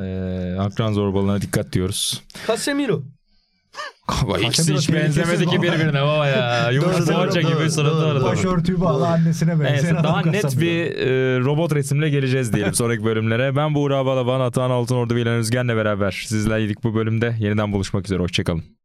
Ee, akran zorbalığına dikkat diyoruz. Casemiro. Baba ikisi Hakikaten hiç tehlikesiz benzemedi ki baba. birbirine baba ya. Yumruk Doğru, poğaça doğru, gibi doğru, sırada doğru. arada. Başörtüyü bağlı annesine benzeyen Neyse adam daha net kasabı. bir e, robot resimle geleceğiz diyelim sonraki bölümlere. Ben Buğra Balaban, Atahan Altınordu ve İlhan Özgen'le beraber sizlerleydik bu bölümde. Yeniden buluşmak üzere. Hoşçakalın.